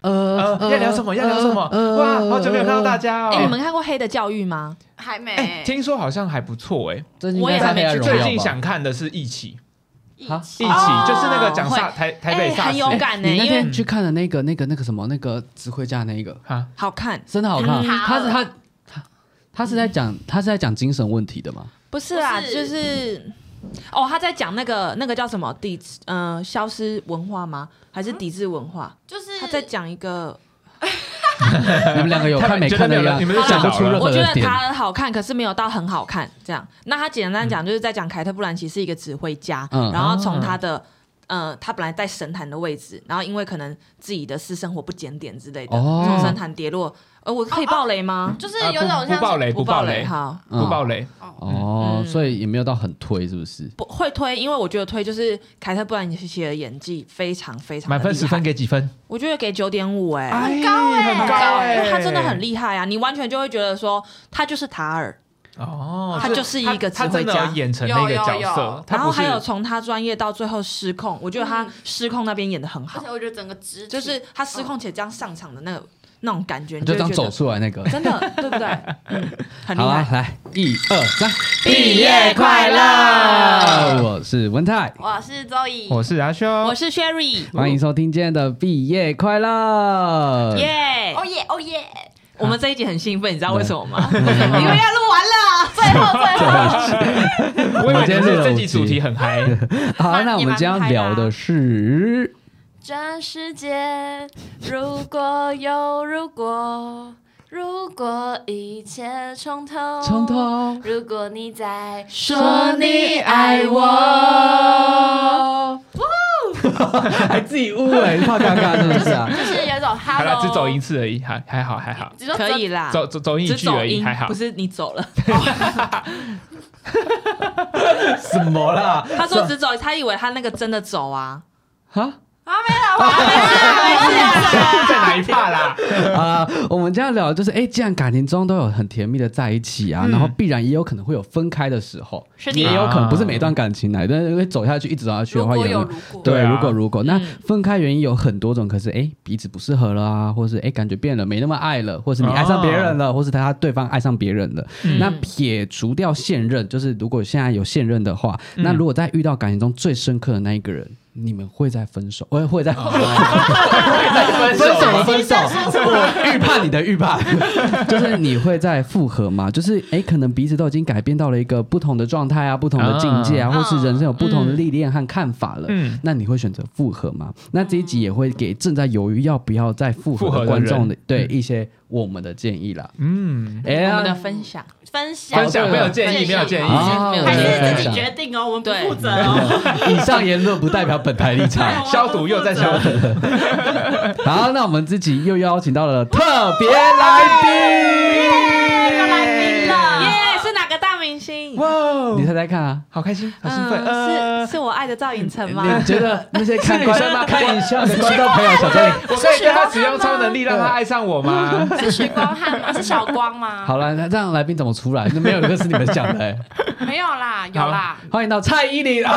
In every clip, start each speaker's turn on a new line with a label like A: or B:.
A: 呃，要聊什么？要聊什么？
B: 呃
A: 哇，好久没有看到大家
C: 哎、你
A: 哦。
C: 们看过《黑的教育》吗？
D: 还没、
A: 哎，听说好像还不错哎。
B: 最近
C: 我也
B: 在
C: 还没
B: 黑暗
C: 去
B: 荣
C: 看
B: 耀
A: 最
B: 吧
A: 近想看的是一起，
D: 一
B: 啊
A: 一
D: 起
A: 起
C: 哦
A: 就是那个讲
C: 会
A: 萨台台北
C: 哎
A: 萨
C: 很
A: 斯
C: 有感呢、
B: 你那
C: 因为
B: 天去看的那个、那个、那个什么、那个指挥家那一个，
A: 啊，
C: 好看，
B: 真的好看。
C: 嗯
B: 他是他他他是在讲他是在讲精神问题的嘛？
C: 不是啊，
D: 不是
C: 就是哦，他在讲那个那个叫什么抵制，嗯、消失文化吗？还是抵制文化？
D: 就是
C: 他在讲一个，
B: 你们 两个有看没看的
A: 你们
B: 呀？
A: 你们是
B: 讲不出任
A: 了
B: 何
C: 我觉
B: 的
C: 得
B: 点。
C: 他好看，可是没有到很好看这样。那他简单讲就是在讲凯特·布兰奇是一个指挥家，
B: 嗯
C: 然后从
A: 啊
C: 他的。呃，他本来在神坛的位置，然后因为可能自己的私生活不检点之类的，
B: 哦
C: 从神坛跌落。呃，我可以爆雷吗？
D: 就是
A: 啊
D: 有种像
A: 不
D: 是
A: 不爆
E: 哎
A: 雷，
C: 不
A: 不爆
C: 雷，
A: 雷，
C: 好，
B: 嗯
A: 不爆雷。
B: 哦，
C: 嗯
B: 所以也没有到很推，是不是？
C: 不会推，因为我觉得推就是凯特·布兰奇的演技非常非常的
A: 满分
C: 厉害
A: 十分，给几分？
C: 我觉得给九点五哎，
A: 很高哎，很高哎，
C: 因为他真的很厉害啊！你完全就会觉得说他就是塔尔，
A: 哦，
C: 他就是一个
A: 他
C: 指
A: 真
C: 挥
A: 的
C: 家
A: 有。演成那个角
D: 有有有
A: 色，他
C: 然后
A: 不是
C: 还有从他专业到最后失控，我觉得他失控那边演的很
D: 而
C: 好
D: 且，我觉得整个肢体
C: 就是他失控且这样上场的那个那种感觉，你
B: 就
C: 会
B: 刚
C: 觉
B: 走
C: 得
B: 出来那个。
C: 真的对 不对？嗯很厉
B: 好啊
C: 害，，
B: 来，一二三，
C: 毕业
D: 快 乐！
B: 我是文泰，
D: 我是周怡，
A: 我是阿啊修，
C: 我是 Sherry，
B: 欢迎收听今天的毕业快
A: 嗯
B: 乐。
C: 耶！
D: 哦耶哦耶，
C: 我们这一集很兴奋，你知道为什么吗？
D: 你们要录完了，最后最
A: 我
D: 后
A: 以为
B: 我今
A: 今天
B: 天录了
A: 这
B: 五
A: 集主
B: 集
A: 题很嗨，
B: 好，那我们今天要
C: 啊
B: 聊的是，
D: 这世界如果有如果，如果一切从头，
B: 从头
D: 如果你在
C: 说
D: 你爱我，
B: 还自己污哎，怕尴尬是不是啊？
D: 就是有一种
A: 好
D: hello，
A: 了，只走一次而已，还还好还好，
D: 只说走
C: 可以啦，
A: 走走走一
C: 只
A: 句
C: 走
A: 而已，
C: 音
A: 还好
C: 不。是你走了。
B: 什么 啦？
C: 他说只走，他以为他那个真的走啊。
B: 啊
A: 在哪一 趴啦？
B: 啊！我们今天聊的就是，哎，既然感情中都有很甜蜜的在一起啊，然后必然也有可能会有分开的时候，
D: 是
B: 也
D: 你
A: 啊
B: 有可能不是每一段感情来，但是因为走下去一直走下去的
D: 如
B: 话，
D: 果
B: 也
D: 有
B: 会
D: 如果，
B: 对，
A: 对啊
B: 如果如果那
C: 嗯
B: 分开原因有很多种，可是哎、诶彼此不适合了啊，或是哎、诶感觉变了，没那么爱了，或是你爱上别人了，或是他对方爱上别人了。那撇除掉现任，就是如果现在有现任的话，那如果在遇到感情中最深刻的那一个人，你们会在分 手，我也会在
A: 分
B: 分手哦了分手，我预判你的预判， 就是你会在复合嘛？就是哎、诶可能彼此都已经改变到了一个不同的状态啊，不同的境界啊，
D: 啊
B: 或是人生有不同的历练和看法了。
A: 嗯
B: 那你会选择复合吗？那这一集也会给正在犹豫要不要再复
A: 复合
B: 合的嗯
A: 的
B: 观众
A: 人
B: 的对一些我们的建议啦。
A: 嗯，
B: 哎
C: 我
B: 呀
C: 们的分享，
D: 分享
A: 分享
B: 对
A: 没有
B: 了
A: 建议，没有建
B: 啊
A: 议。
B: 哦
D: 还
B: 我觉得
D: 是
B: 分
D: 自己
B: 享
D: 决定 哦，我们不
C: 对
D: 负责哦。
B: 以上言论不代表本台立场。
A: 消毒又在消毒，
B: 好，那我们自己又邀请到了特别来宾，
D: 又来宾了
C: 耶！是哪个大明星？
A: 哎哇哦
B: 你，猜猜看啊？
A: 好开心，好兴奋，
C: 嗯，
A: 呃
C: 是是我爱的赵寅成吗？
B: 你觉得那些看观
A: 是女生吗
B: 看一下的观众朋友想哎说，
A: 我可以对他使用超能力让他爱上我吗？
D: 是许光汉吗？是小光吗？
B: 好了，那这样来宾怎么出来？没有一个是你们讲 的、欸。
D: 没有啦，有啦。
B: 欢迎到蔡依林啊！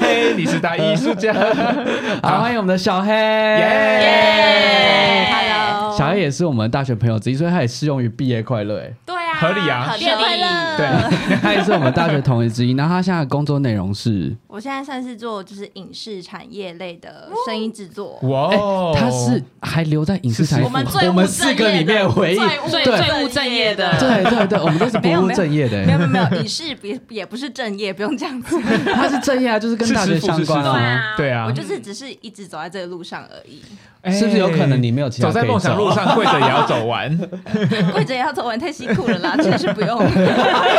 A: 嘿，你是大艺术家，
B: 好，欢迎我们的小黑。
A: 耶
D: 耶
C: Hello，
B: 小黑也是我们大学朋友之一，所以他也适用于毕业快乐、欸。
D: 对啊，
A: 合理啊
D: 合
C: 毕业快乐
A: 对，
B: 他也是我们大学同学之一。然后他现在的工作内容是，
E: 我现在算是做就是影视产业类的声音制作，
A: 哇
B: 哎、
A: 哦，
B: 他是还留在影视产业，
A: 我们
D: 最
B: 我们四个里面唯一。
C: 最
B: 对
C: 最务正业的，
B: 对对对，我们都是不务正业的、
E: 没有
B: 欸，
E: 没有没有，影视也也不是正业，不用这样子。
B: 他是正业啊，就是跟
A: 是
B: 大学
A: 师傅
B: 相
A: 是
B: 关
A: 师傅
B: 啊，
A: 对啊
E: 我，就是只是一直走在这个路上而已，
A: 哎
B: 是不是有可能你没有其他
A: 走在
B: 可以
A: 梦想
B: 走
A: 路上跪着也要走完？
E: 跪着也要走完太辛苦了啦，真的是不用，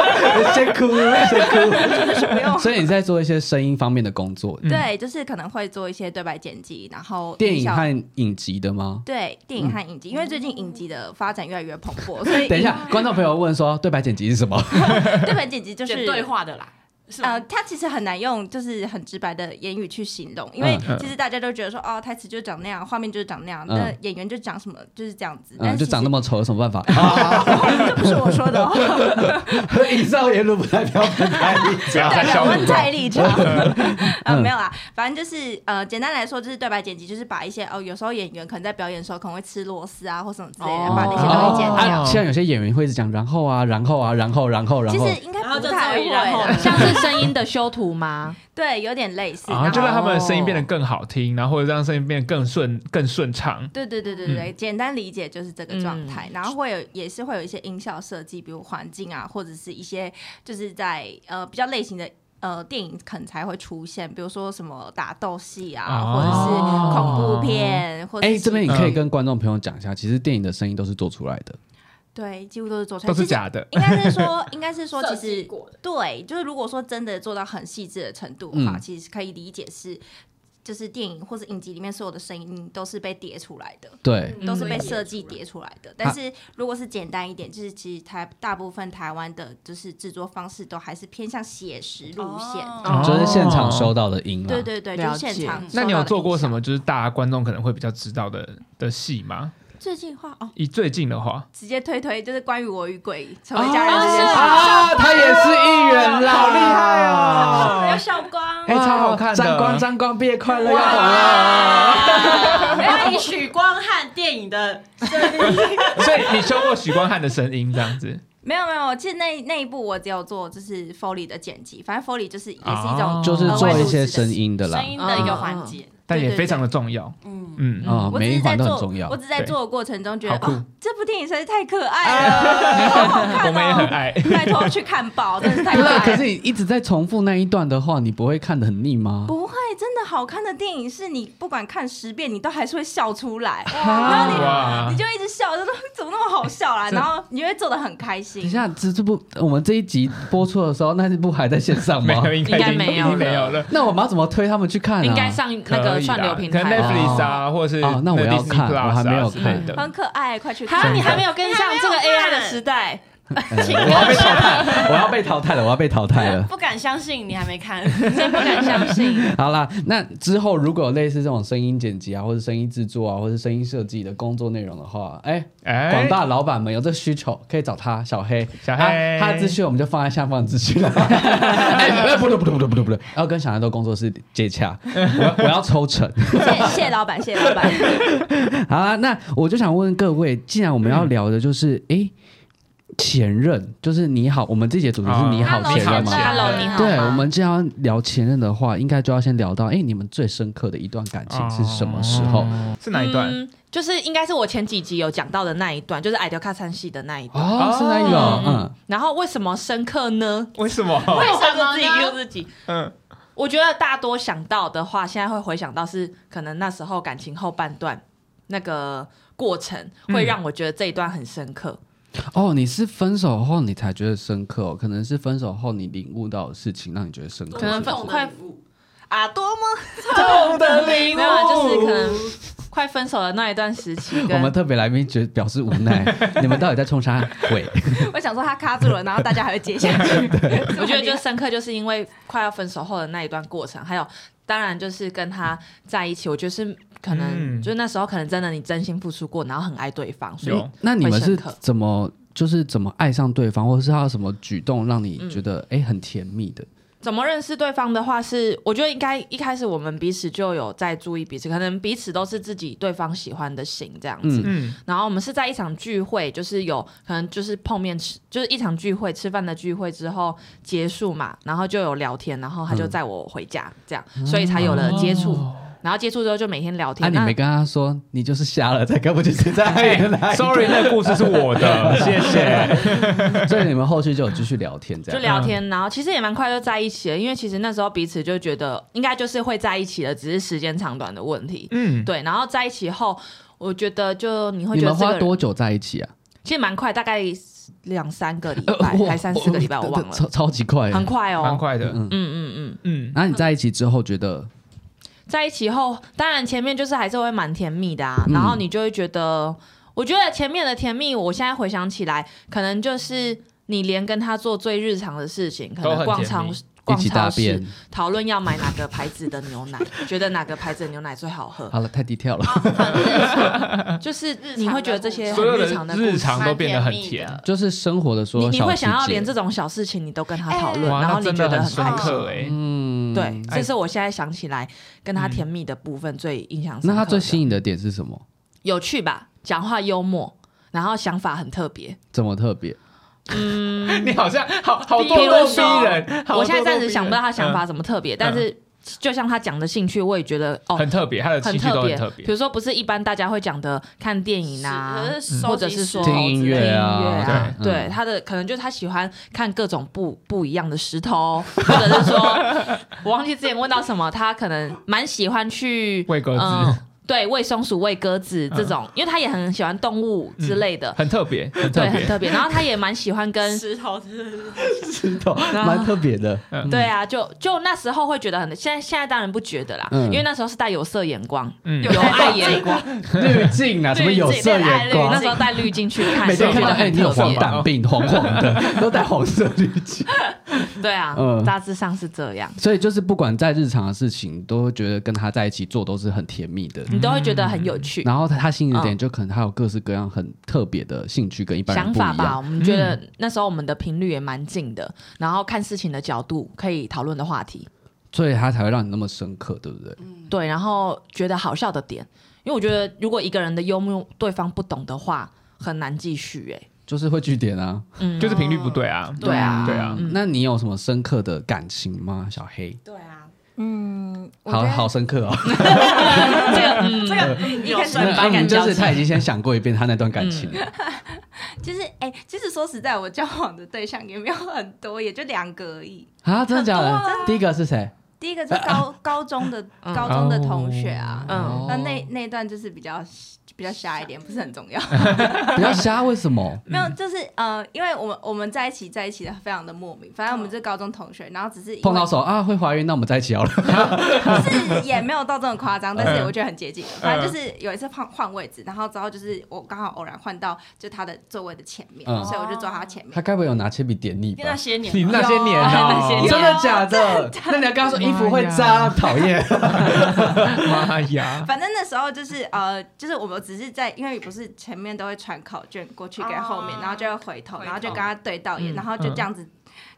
B: 先哭先哭。
E: 真的是不用。
B: 所以你在做一些声音方面的工作，
E: 对，就是可能会做一些对白剪辑，然后
B: 电影
E: 音效
B: 和影集的吗？
E: 对电
B: 嗯
E: 影和影集，因为最近影集的发展越来越 蓬勃，所以
B: 等一下，观众朋友问说，对白剪辑是什么？
E: 对白剪辑就是
D: 选对话的啦，是吗
E: 呃，它其实很难用就是很直白的言语去形容，因为
A: 嗯
E: 其实大家都觉得说，哦，台词就长那样，画面就长那样，
B: 嗯
E: 那演员就讲什么就是这样子，但
B: 嗯，
E: 是
B: 就长那
E: 么，
B: 么丑有什么办法？啊，
E: 这不是我说 的哦，
B: 以上言论不代表本台立
A: 不要
E: 代
A: 再
E: 表
A: 消毒
E: 温
A: 吧。
E: 太立场。 啊，
B: 嗯
E: 没有啦，反正就是呃，简单来说就是对白剪辑，就是把一些哦，有时候演员可能在表演的时候可能会吃螺丝啊或什么之类的，
C: 哦
E: 把那些东
B: 哦
E: 西剪掉。
B: 啊现在有些演员会一直讲然后啊，然后啊，然后然后然
E: 其
B: 后，
E: 实应该
D: 然后
E: 不
D: 就
E: 太
D: 终
E: 会
D: 于然后
E: 啦，
D: 了
C: 像是声音的修图 吗？
E: 对，有点类 似。
A: 啊，就让
E: 然
A: 他
E: 后
A: 们的声音变得更好听，然后或者让声音变得更顺、更顺畅。
E: 对对对对对，简单理解就是这个状态。然后会有也是会有一些音效设计，比如环境啊，或者是一些就是在呃比较类型的。呃，电影可能才会出现，比如说什么打斗戏啊，
A: 哦
E: 或者是恐怖片，或者
B: 哎，
E: 是
B: 这边你可
A: 嗯
B: 以跟观众朋友讲一下，其实电影的声音都是做出来的，
E: 对，几乎都是做出来，
A: 都是
E: 其实
A: 假的。
E: 应该是说，应该是说，
D: 设
E: 其
D: 计
E: 实
D: 过的
E: 对，就是如果说真的做到很细致的程度的话，
B: 嗯
E: 其实可以理解是，就是电影或者影集里面所有的声音都是被叠出来的。
B: 对，
D: 嗯
E: 都是被设计叠出来的，但是如果是简单一点，就是其实台大部分台湾的，就是制作方式都还是偏向写实路线。
D: 哦
A: 哦
B: 就是现场收到的音啦
E: 对。对对，就
C: 了
E: 是
C: 解
E: 现场收到的影响。
A: 那你有做过什么就是大家观众可能会比较知道的的戏吗？
E: 最近话哦？
A: 以最近的话，
E: 直接推推，就是关于我与鬼成为家人这件事，
B: 啊，他也是艺人啦，好厉害啊！
E: 要笑光。
A: 哎，超好看的。
B: 沾光 沾光，毕业快乐，要啊红了！
D: 哇！啊以许光汉电影的
A: 所以你修过许光汉的声音这样子，
E: 没有没有，其实那那一部我只有做就是 Foley 的剪辑，反正 Foley 就是也是一
A: 哦
E: 种
B: 就是做一些声音的啦
D: 声，音的一个环节，
A: 但也
E: 对对
A: 非常的重要。
D: 嗯，
A: 嗯，
B: 啊，
E: 我只
B: 每一
E: 是在
B: 环都
E: 做，
B: 很重要
E: 我。只是在
A: 对
E: 做的过程中觉
A: 好
E: 得，
A: 酷
E: 哦，这部电影实在是太可爱了，
B: 啊
E: 好好看哦！
A: 我们也很爱
E: 拜托去看爆，真的是太
B: 不
E: 可
B: 是， 啊可
E: 爱
B: 是
E: 了。
B: 你一直在重复那一段的话，你不会看得很腻吗？
E: 不会，真的好看的电影是你不管看十遍，你都还是会笑出来，然后
A: 哇
E: 你你就一直笑，就说怎么那么好笑啦，然后你会做的很开心。
B: 等一下，这这部我们这一集播出的时候，那这部还在线上
A: 没
B: 吗？
A: 有，应该
C: 应该
A: 已经
C: 没
A: 已
C: 有
A: 经没
C: 了
A: 有了。
B: 那我们要怎么推他们去看啊？
C: 应该上那
A: 可
C: 个
A: 以
C: 串流
A: 啦
C: 平
A: 可能
C: 台吧。
A: Netflix 啊，或是
B: 哦那我要
A: Disney
B: 看
A: Plus 啊
B: 我还没有
A: 之类
B: 看
A: 的
E: 很可爱，快去看！
C: 哈，你还
B: 真
C: 没
B: 的
C: 有跟上这个
D: 你还没有
C: AI
D: 看
C: 的时代，啊
B: 哎我要被淘汰，我要被淘汰了，我要被淘汰了。
D: 不敢相信你还没看，
C: 真不敢相信。
B: 好啦，那之后如果有类似这种声音剪辑啊，或者声音制作啊，或者声音设计的工作内容的话，哎、
A: 哎，
B: 广大老板们有这需求，可以找他小黑，
A: 小黑
B: 啊他的资讯我们就放在下方的资 讯了。哎、哎不对不对不对不对不对，要跟小黑豆工作室接洽， 我我要抽成。
E: 谢谢老板，谢谢老板。
B: 好啦，那我就想问各位，既然我们要聊的就是，哎、前任，就是你好，我们这节主题是你好
A: 啊
B: 前任
A: 你
B: 吗？
A: 好前任
D: Hello，你好
B: 对，
D: 吗
B: 我们既然要聊前任的话，应该就要先聊到，哎、你们最深刻的一段感情是什么时候？
A: 哦是哪一段？
C: 嗯，就是应该是我前几集有讲到的那一段，就是矮德卡三系的那一段。
B: 哦，是那一个，嗯，
C: 然后为什么深刻呢？
A: 为什么？
D: 为什么呢
C: 自己 Q 自己。
A: 嗯，
C: 我觉得大多想到的话，现在会回想到是可能那时候感情后半段那个过程，会让我觉得这一段很深刻。
B: 哦，你是分手后你才觉得深刻、哦，可能是分手后你领悟到的事情让你觉得深刻，
C: 可能分
B: 是不是
C: 快啊，多么
A: 痛的
B: 哎
A: 领
C: 没有啊，就是可能快分手的那一段时期，
B: 我们
C: 跟
B: 特别来宾觉得表示无奈，你们到底在冲啥鬼？
E: 我想说他卡住了，然后大家还会接下去。
C: 我觉得就深刻，就是因为快要分手后的那一段过程，还有当然就是跟他在一起，我觉得是可能、
A: 嗯
C: 就是那时候可能真的你真心付出过，然后很爱对方，所以
A: 有
B: 那你们
C: 会深
B: 是
C: 刻
B: 怎么就是怎么爱上对方，或者是他有什么举动让你觉得哎、诶很甜蜜的？
C: 怎么认识对方的话是，我觉得应该一开始我们彼此就有在注意彼此，可能彼此都是自己对方喜欢的型这样子。
B: 嗯
A: 嗯，
C: 然后我们是在一场聚会，就是有可能就是碰面吃，就是一场聚会吃饭的聚会之后结束嘛，然后就有聊天，然后他就载我回家，这样，所以才有了接触。然后接触之后就每天聊
B: 嗯哦啊，
C: 天。
B: 你没跟他说你就是瞎了，才根本就是在爱你的那
A: 哎
B: 一
A: ，sorry，那个故事是我的， 谢谢。
B: 段 所以你们后续就有继续聊天这
C: 就
B: 样。
C: 聊天，然后其实也蛮快就在一起了，因为其实那时候彼此就觉得应该就是会在一起的，只是时间长短的问题。
A: 嗯，
C: 对，然后在一起后，我觉得就你会
B: 你
C: 觉得
B: 们
C: 这个
B: 花
C: 人
B: 多久在一起啊？
C: 其实蛮快，大概两三个礼
B: 呃
C: 拜，
B: 哇
C: 还三四个礼拜，我忘了，
B: 超超级哎快，
C: 很快哦，
A: 蛮快的。
B: 嗯。
C: 嗯
B: 嗯
C: 嗯嗯，
A: 嗯，
B: 那你在一起之后觉得
C: 在一起后，当然前面就是还是会蛮甜蜜的啊，
B: 嗯
C: 然后你就会觉得，我觉得前面的甜蜜，我现在回想起来，可能就是你连跟他做最日常的事情，可
A: 都
C: 能
A: 很
C: 逛
A: 甜
C: 超
A: 蜜
B: 一
C: 逛
B: 起大
C: 超市
B: 便。
C: 讨论要买哪个牌子的牛奶， 觉得哪个牌子的牛奶最好喝，
B: 好了，太低调了。
C: 啊就是你会觉得这些
A: 所有
C: 啊很日常
A: 的
C: 的故
A: 日
C: 事，
A: 常都变得很
D: 蛮甜
A: 甜
D: 蜜，的
B: 就是生活的所
C: 你
B: 有
C: 你
B: 小
C: 会
B: 细
C: 想要
B: 节
C: 连这种小事情你都跟他讨论，
A: 哇，
C: 然后
A: 那
C: 你
A: 真
C: 觉
A: 的
C: 得
A: 很
C: 很
A: 深
C: 开心。
A: 刻哎。
B: 嗯，
C: 对，
A: 哎
C: 这是我现在想起来跟他甜蜜的部分最印象深刻的。
B: 那他最吸引的点是什么？
C: 有趣吧？讲话幽默，然后想法很特别。
B: 这么特别？
A: 你好像好好
C: 比
A: 咄
C: 如
A: 咄
C: 说
A: 逼人，好
C: 我现在
A: 咄咄
C: 暂时
A: 逼
C: 想不到
A: 人嗯
C: 他想法怎么特别，但是就像他讲的兴趣，我也觉得哦
A: 很特别，他的
C: 很
A: 情绪
C: 特
A: 都
C: 别。
A: 很特
C: 比
A: 别。
C: 如说，不是一般大家会讲的看电影啊。
D: 是
C: 或者是说
B: 听音
C: 听
B: 乐
C: 音乐
B: 啊
C: 啊，对
B: 对嗯
C: 他的可能就是他喜欢看各种不不一样的石 头，或者是说，我忘记之前问到什么，他可能蛮喜欢去
A: 喂鸽
C: 嗯
A: 子，
C: 对喂松鼠、喂鸽子这种，因为他也很喜欢动物之类的，
A: 很特别，嗯很特
C: 对，很
A: 别。
C: 特别。然后他也蛮喜欢跟，
D: 石头是
B: 知 道，蛮特别的。
C: 对啊，就就那时候会觉得很，现在现在当然不觉得啦，
B: 嗯
C: 因为那时候是带有色眼光，
A: 嗯
C: 有爱眼光，
B: 滤镜 啊，什么有色眼
C: 对，那
B: 光
C: 时，候带滤镜去看，
B: 每天看到
C: 觉得
B: 哎，
C: 很
B: 你有
C: 特
B: 黄
C: 别。
B: 疸病，黄黄 的，都戴黄色滤镜。
C: 对啊
B: 嗯，
C: 大致上是这样，
B: 所以就是不管在日常的事情，都会觉得跟他在一起做都是很甜蜜的。
C: 你都会觉得很有趣。
B: 然后他他吸引的点就可能他有各式各样很特别的兴趣跟一般人
C: 想
B: 不一
C: 法吧，
B: 样。嗯
C: 我们觉得那时候我们的频率也蛮近的，然后看事情的角度可以讨论的话题，
B: 所以他才会让你那么深刻，对不对？
C: 对，然后觉得好笑的点，因为我觉得如果一个人的幽默对方不懂的话，很难继续哎、
B: 就是会据点啊，
C: 嗯，
A: 就是频率不对啊。
C: 对啊
A: 对啊
B: 那你有什么深刻的感情吗，小黑？
D: 对啊，
E: 嗯，我觉
B: 好
E: 得
B: 好深刻哦，
C: 这个嗯
E: 这个一
D: 有
E: 开
D: 深
E: 始
D: 刻
C: 百感
B: 就
C: 交集
B: 是他已经先想过一遍他那段感情，
E: 就是哎、其实说实在，我交往的对象也没有很多，也就两个而已。
B: 啊，真的假
E: 很
B: 的？第一个是谁？
E: 第一个是高高中的
C: 嗯
E: 高中的同学啊，
B: 哦
C: 嗯
A: 哦
E: 那 那那一段就是比较比较瞎一点，不是很重要。
B: 比较瞎，为 什么？
E: 没有，就是呃，因为我们我们在一起在一起的非常的莫名，反正我们是高中同学，然后只是因为
B: 嗯碰到手啊会怀孕，那我们在一起好了。
E: 是也没有到这么夸 张，但是
A: 嗯
E: 我觉得很接近。反正
B: 嗯
E: 就是有一次换换位置，然后之后就是我刚好偶然换到就他的座位的前面，
B: 嗯
E: 所以我就坐他前面
B: 他。该不会有拿铅笔点你
D: 因为那
B: 吧？哦
D: 些年
A: 你
D: 嘛，
A: 那些年
D: 那些
A: 啊
D: 年，
B: 真的假的？那你要跟 他说衣服会脏，讨厌。
A: 妈呀！
E: 反正那时候就是呃，就是我们只是在，因为不是前面都会传考卷过去给后面，
D: 哦
E: 然后就会回头，
D: 回头
E: 然后就跟他对到眼，
C: 嗯
E: 然后就这样子。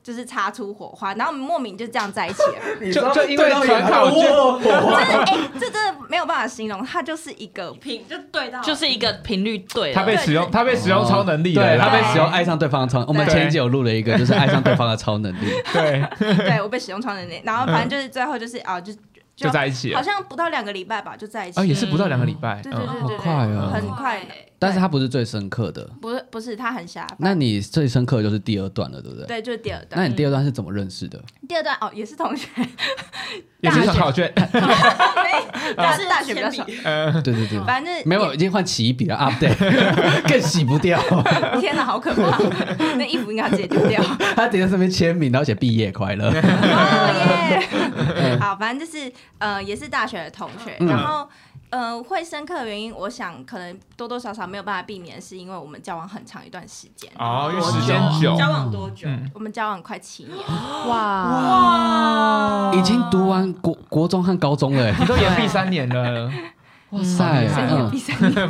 E: 就是擦出火花，然后我们莫名就这样在一起了。
A: 就就因为传考卷，
E: 就是哎、这真的没有办法形容，他就是一个
D: 品就对到，
C: 就是一个频率对了
A: 他被使用，他被使用超能力了
B: 对
A: 啦，
B: 他被使用爱上对方的超。我们前一集有录了一个，就是爱上对方的超能力。
A: 对，
E: 对我被使用超能力，然后反正就是最后就是啊、就
A: 就在一起
E: 好
A: 了。哦
E: 像不到两个礼拜吧，就在一起。
A: 啊，也是不到两个礼拜，
E: 对对对
A: 嗯
E: 对
B: 好
E: 对，
B: 快
D: 啊
B: 哦
E: 很快。
B: 但是他不是最深刻的，
E: 不是不是他很瞎，
B: 那你最深刻的就是第二段了，对不对？
E: 对，就是第二段。
B: 那你第二段是怎么认 识的？
E: 第二段哦，也是同学，
A: 也是传考卷，
E: 大大学比较少，
A: 呃，
B: 对对对，
E: 反正就是
B: 哦没有，已经换起一笔了，update 更洗不掉。
E: 天哪，好可怕！那衣服应该直接丢掉。
B: 他直接上面签名，然后写毕业快乐。
E: 哦耶！好，反正就是呃，也是大学的同学，然后。呃，会深刻的原因，我想可能多多少少没有办法避免，是因为我们交往很长一段时间，
A: 哦，因为时间久，
D: 交往多久？
A: 嗯，
E: 我们交往快七年，
B: 哦
C: 哇，
B: 已经读完国国中和高中了，欸
A: 你都延毕三年了，
B: 哇塞！
E: 所以也
B: 嗯
E: 比 三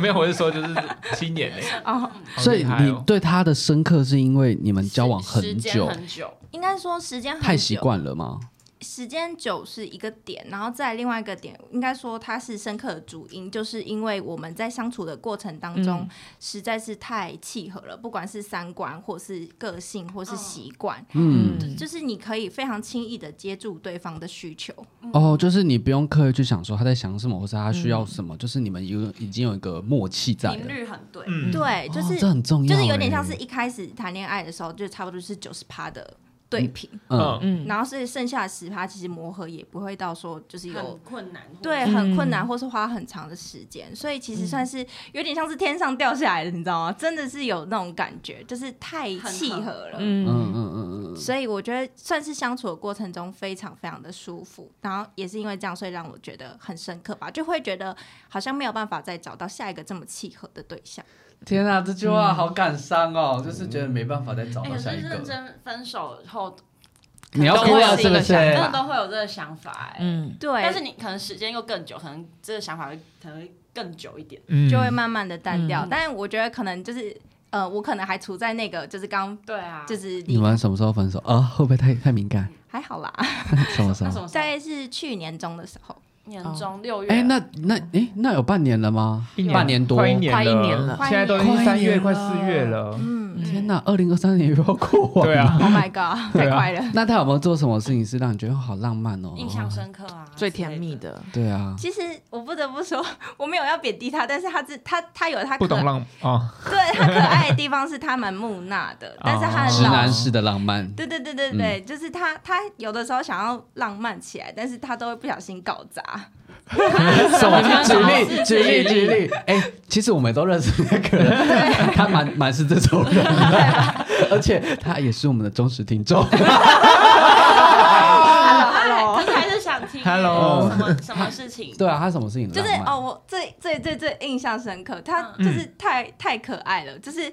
A: 没有，我是说就是七年嘞，
E: 哦，
B: 所以
A: 好厉害
B: 你
A: 哦
B: 对他的深刻是因为你们交往
D: 时
B: 很
D: 间
B: 久，
D: 很久，
E: 应该说时间很久
B: 太习，惯了吗？
E: 时间久是一个点，然后再另外一个点，应该说它是深刻的主因，就是因为我们在相处的过程当中，
B: 嗯
E: 实在是太契合了，不管是三观，或是个性，或是习惯，
B: 嗯，
C: 嗯
E: 就是你可以非常轻易的接住对方的需求。
B: 哦，就是你不用刻意去想说他在想什么，或是他需要什么，就是你们有已经有一个默契在
D: 频
B: 了。
D: 率很对，
A: 嗯，
E: 对，就
B: 哦、这
E: 是、
B: 很重要
E: 就
B: 欸，
E: 是有点像是一开始谈恋爱的时候，就差不多是九十趴的对平，
B: 嗯，
C: 嗯，
E: 然后是剩下十趴，其实磨合也不会到说就是有
D: 很困难，
E: 对，很困难，或是花很长的时间，所以其实算是有点像是天上掉下来的，你知道吗？真的是有那种感觉，就是太契合了。
C: 嗯
B: 嗯嗯嗯嗯嗯，
E: 所以我觉得算是相处的过程中非常非常的舒服，然后也是因为这样，所以让我觉得很深刻吧，就会觉得好像没有办法再找到下一个这么契合的对象。
B: 天啊，这句嗯
D: 哎
B: 话好感伤哦，就是觉得没办法再找
D: 哎，可是认真分手后
B: 你要
C: 都
B: 哭
C: 会
B: 了
C: 有
B: 是
C: 这
B: 不
C: 个
B: 是？
C: 想
D: 真的
C: 法
D: 都会有这个想法哎、
C: 嗯，
E: 对，
D: 但是你可能时间又更久，可能这个想法会可能会更久一点。
A: 嗯
E: 就会慢慢的淡掉。
D: 嗯
E: 但我觉得可能就是呃，我可能还处在那个就是刚
D: 对啊，
E: 就是
A: 嗯
B: 你
E: 离
B: 们什么时候分手啊？会不会太太敏感？
E: 还好啦，
B: 什么时
D: 那
B: 候？
D: 什么时
E: 大
D: 候？
E: 概是去年中的时候，
D: 年中六月，
B: 哎，那那哎，那有半年了吗？
A: 一年
B: 半年多，
A: 快一年
C: 快一
A: 了
C: 年了
A: 现在都已经
B: 快一
A: 三月
B: 年
A: 快
B: 了
A: 四月了，
E: 嗯
B: 天哪，二零二三年又要过完。
A: 对，啊，
E: ，Oh my god，
A: 对
E: 太
A: 啊
E: 快了。
B: 那他有没有做什么事情是让你觉得好浪漫哦？
D: 印象。深刻啊，
C: 最甜蜜
D: 的。
C: 的，
B: 对啊，
E: 其实我不得不说， 我没有要贬低他，但是他自他他有他
A: 不
E: 可
A: 懂浪哦，
E: 对他可爱的地方是他蛮木讷的，但是他很
B: 直
E: 老
B: 男式的浪漫。
E: 对对对对对，就是他，他有的时候想要浪漫起来，但是他都会不小心搞砸。
B: 什么？举例，举例，举例。哎，其实我们都认识那个人， 他蛮蛮是这种人， 而且他也是我们的忠实听众。
D: Hello，可是还是想听
A: Hello
D: 什么什么事情？
B: 对啊，他什么事情
E: 就是
B: 浪漫
E: 哦，，我最最最最印象深刻，他就是太、太可爱了，就是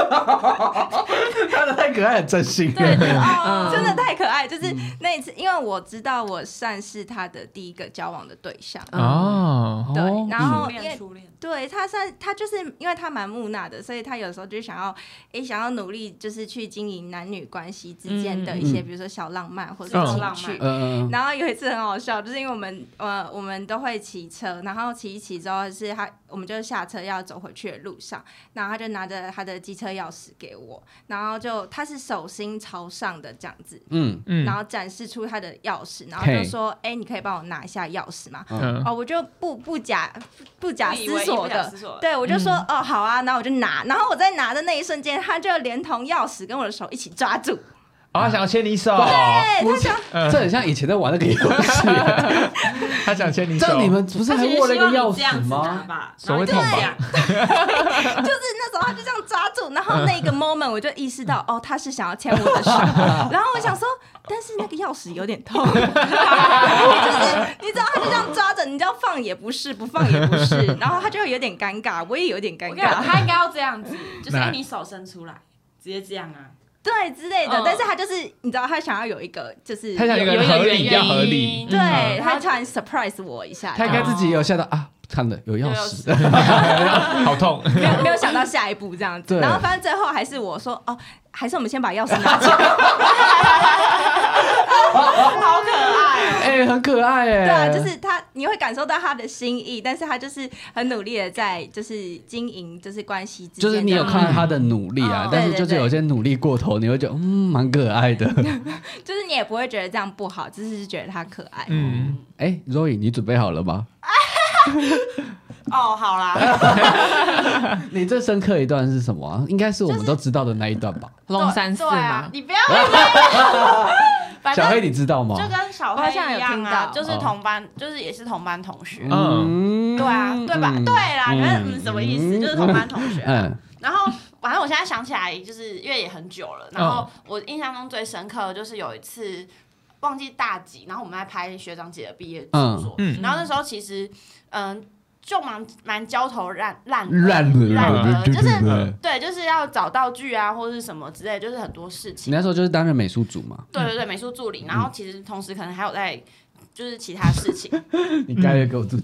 B: 他的太可爱，很真心。
E: 对，就是哦
C: 嗯，
E: 真的太可爱。就是那一次，因为我知道我算是他的第一个交往的对象，
C: 嗯
A: 哦，
E: 对
B: 哦
E: 然后
D: 初
E: 因为
D: 恋，初恋，
E: 对他算他就是因为他蛮木讷的，所以他有时候就想要诶、想要努力，就是去经营男女关系之间的一些，
B: 嗯
E: 比如说小浪漫或者
A: 嗯
E: 情趣。
B: 嗯，
E: 然后有一次很好笑，就是因为我们呃我们都会骑车，然后骑一骑之后是他，我们就下车要走回去的路上，然后他就拿着他的机车钥匙给我，然后就他是手心朝上的这样子，
B: 嗯
A: 嗯
E: 然后展示出他的钥匙，然后就
B: 嘿
E: 说：“哎、你可以帮我拿一下钥匙吗？”
A: 嗯
E: 哦，我就不不假不假
D: 不以
E: 思
D: 为意
E: 索
D: 不假
E: 的
D: 思。索，
E: 对，我就
A: 嗯
E: 说、哦，好啊，然后我就拿，然后我在拿的那一瞬间，他就连同钥匙跟我的手一起抓住，
A: 哦，他想要牵你手，
E: 哎、他想
A: 嗯
B: 这很像以前在玩那个游 戏。啊
A: 他想牵你
B: 这
A: 手，
B: 样你们不是
D: 他
B: 还
D: 其实
B: 握了一
D: 希
B: 个钥
D: 望你这样
B: 匙
D: 子拿
B: 吗？
E: 啊
D: 吧，
A: 手会
D: 然后就
A: 痛吧
D: 这样
E: 就是那时候他就这样抓住，然后 那个 moment 我就意识到，哦，他是想要牵我的手，然后我想说，但是那个钥匙有点 痛， 就是你知道他就这样抓着，你知道放也不是，不放也不是，然后他就有点尴尬，我也有点尴
D: 我跟你讲，
E: 尬，
D: 他应该要这样子，就是
A: 那
D: 哎你手伸出来，直接这样啊。
E: 对之类的
D: 嗯，
E: 但是他就是你知道他想要有一个就是
A: 他想有一
D: 有
A: 个
D: 一个
A: 合理
D: 原
A: 要合
D: 因
A: 理，
D: 嗯
E: 对
D: 嗯
E: 他突然 surprise 我一下，
B: 他应该自己也有吓到啊，看了有钥匙。
A: 好痛，
E: 没 有没有想到下一步这样子，
B: 对
E: 然后反正最后还是我说哦，还是我们先把钥匙 拿起来， 好可爱哦。
B: 哎，很可爱哎。
E: 对啊，就是他，你会感受到他的心意，但是他就是很努力的在就是经营就是关系之间，
B: 就是你有看到他的努力啊
D: 嗯，
B: 但是
E: 哦对对
B: 就是有些努力过头，你会觉得嗯蛮可爱的。
E: 就是你也不会觉得这样不好，只是觉得他可爱。
A: 嗯，
B: 哎，Zoe，你准备好了吗？
D: 哦，好啦，
B: 你最深刻一段是什么啊？应该是我们都知道的那一段吧。
C: 龙山寺
D: 对啊
C: 嘛，，
D: 你不要以为啊反
B: 小黑，
D: 正
B: 你知道吗？
D: 就跟小
E: 我好
D: 黑
E: 像有
D: 一样
E: 听
D: 啊
E: 到，
D: 就是同班，就是也是同班同学。
A: 嗯
D: 对啊，对吧？
B: 嗯
D: 对啦，
B: 嗯
D: 反正嗯什么意思？
B: 嗯
D: 就是同班同学。
B: 嗯，
D: 然后，反正我现在想起来，就是因为也很久了。然后
B: 嗯
D: 我印象中最深刻的就是有一次忘记大几，然后我们在拍学长姐的毕业制作。
A: 嗯嗯
D: 然后那时候其实，嗯，就蛮蛮焦头烂烂
B: 烂了，
D: 烂了，
B: 对
D: 就
B: 对
D: 是
B: 对对
D: 对，就是要找道具啊，或者是什么之类，就是很多事情
B: 你。那时候就是担任美术组嘛，
D: 对对对，美术助
B: 嗯
D: 理。然后其实同时可能还有在就是其他事情，
B: 你该月给我做。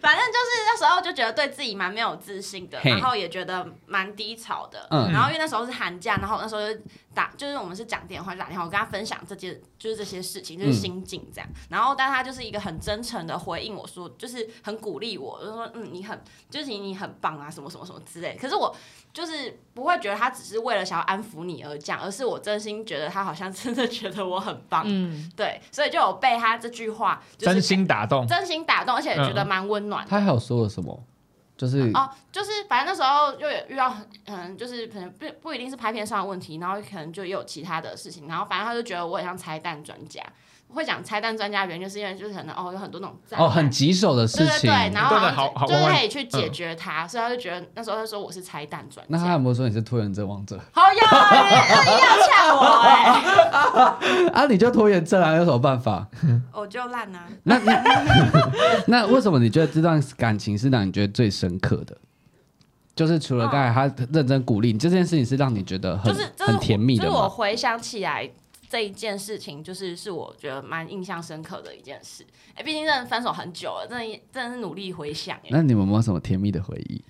D: 反正就是那时候就觉得对自己蛮没有自信的，
B: 嘿
D: 然后也觉得蛮低潮的。
B: 嗯
D: 然后因为那时候是寒假，然后那时候就打，就是我们是讲电话就打电话，我跟他分享这件就是这些事情，就是心境这
B: 嗯
D: 样。然后但他就是一个很真诚的回应我说，就是很鼓励我，就说嗯你很就是你很棒啊，什么什么什么之类的。可是我就是不会觉得他只是为了想要安抚你而讲，而是我真心觉得他好像真的觉得我很棒，
C: 嗯，
D: 对，所以就有被他这句话就是
A: 真心打动，
D: 真心打动，而且觉得蛮温暖的。
B: 他还有说了什么？就是
D: 哦，就是反正那时候又有遇到很，嗯，就是可能不不一定是拍片上的问题，然后可能就也有其他的事情，然后反正他就觉得我很像拆弹专家。会讲拆弹专家的原因，就是因为就是可能哦有很多那种炸弹
B: 哦，很棘手的
D: 对
B: 事
D: 对
B: 情
D: 对，。然后
A: 对对
D: 好
A: 好好
D: 像就是
A: 弯
D: 可
A: 弯
D: 以去解决它，所以他就觉得那时候他说我是拆弹专
B: 那
D: 家
B: 他，有没有说你是拖延症王者
D: 好呀，要呛我 哎，
B: 啊？你就拖延症啊，有什么办法？
D: 我就烂啊，
B: 那那那 为什么你觉得这段感情是让你觉得最深刻的？就是除了刚才他认真鼓励你，这件事情是让你觉得很
D: 哦就是就是
B: 很甜蜜
D: 就是
B: 的
D: 我
B: 吗？
D: 回想起来这一件事情，就是是我觉得蛮印象深刻的一件事。哎，毕竟真的分手很久了，真的真的是努力回想，哎，
B: 那你们有没有什么甜蜜的回忆？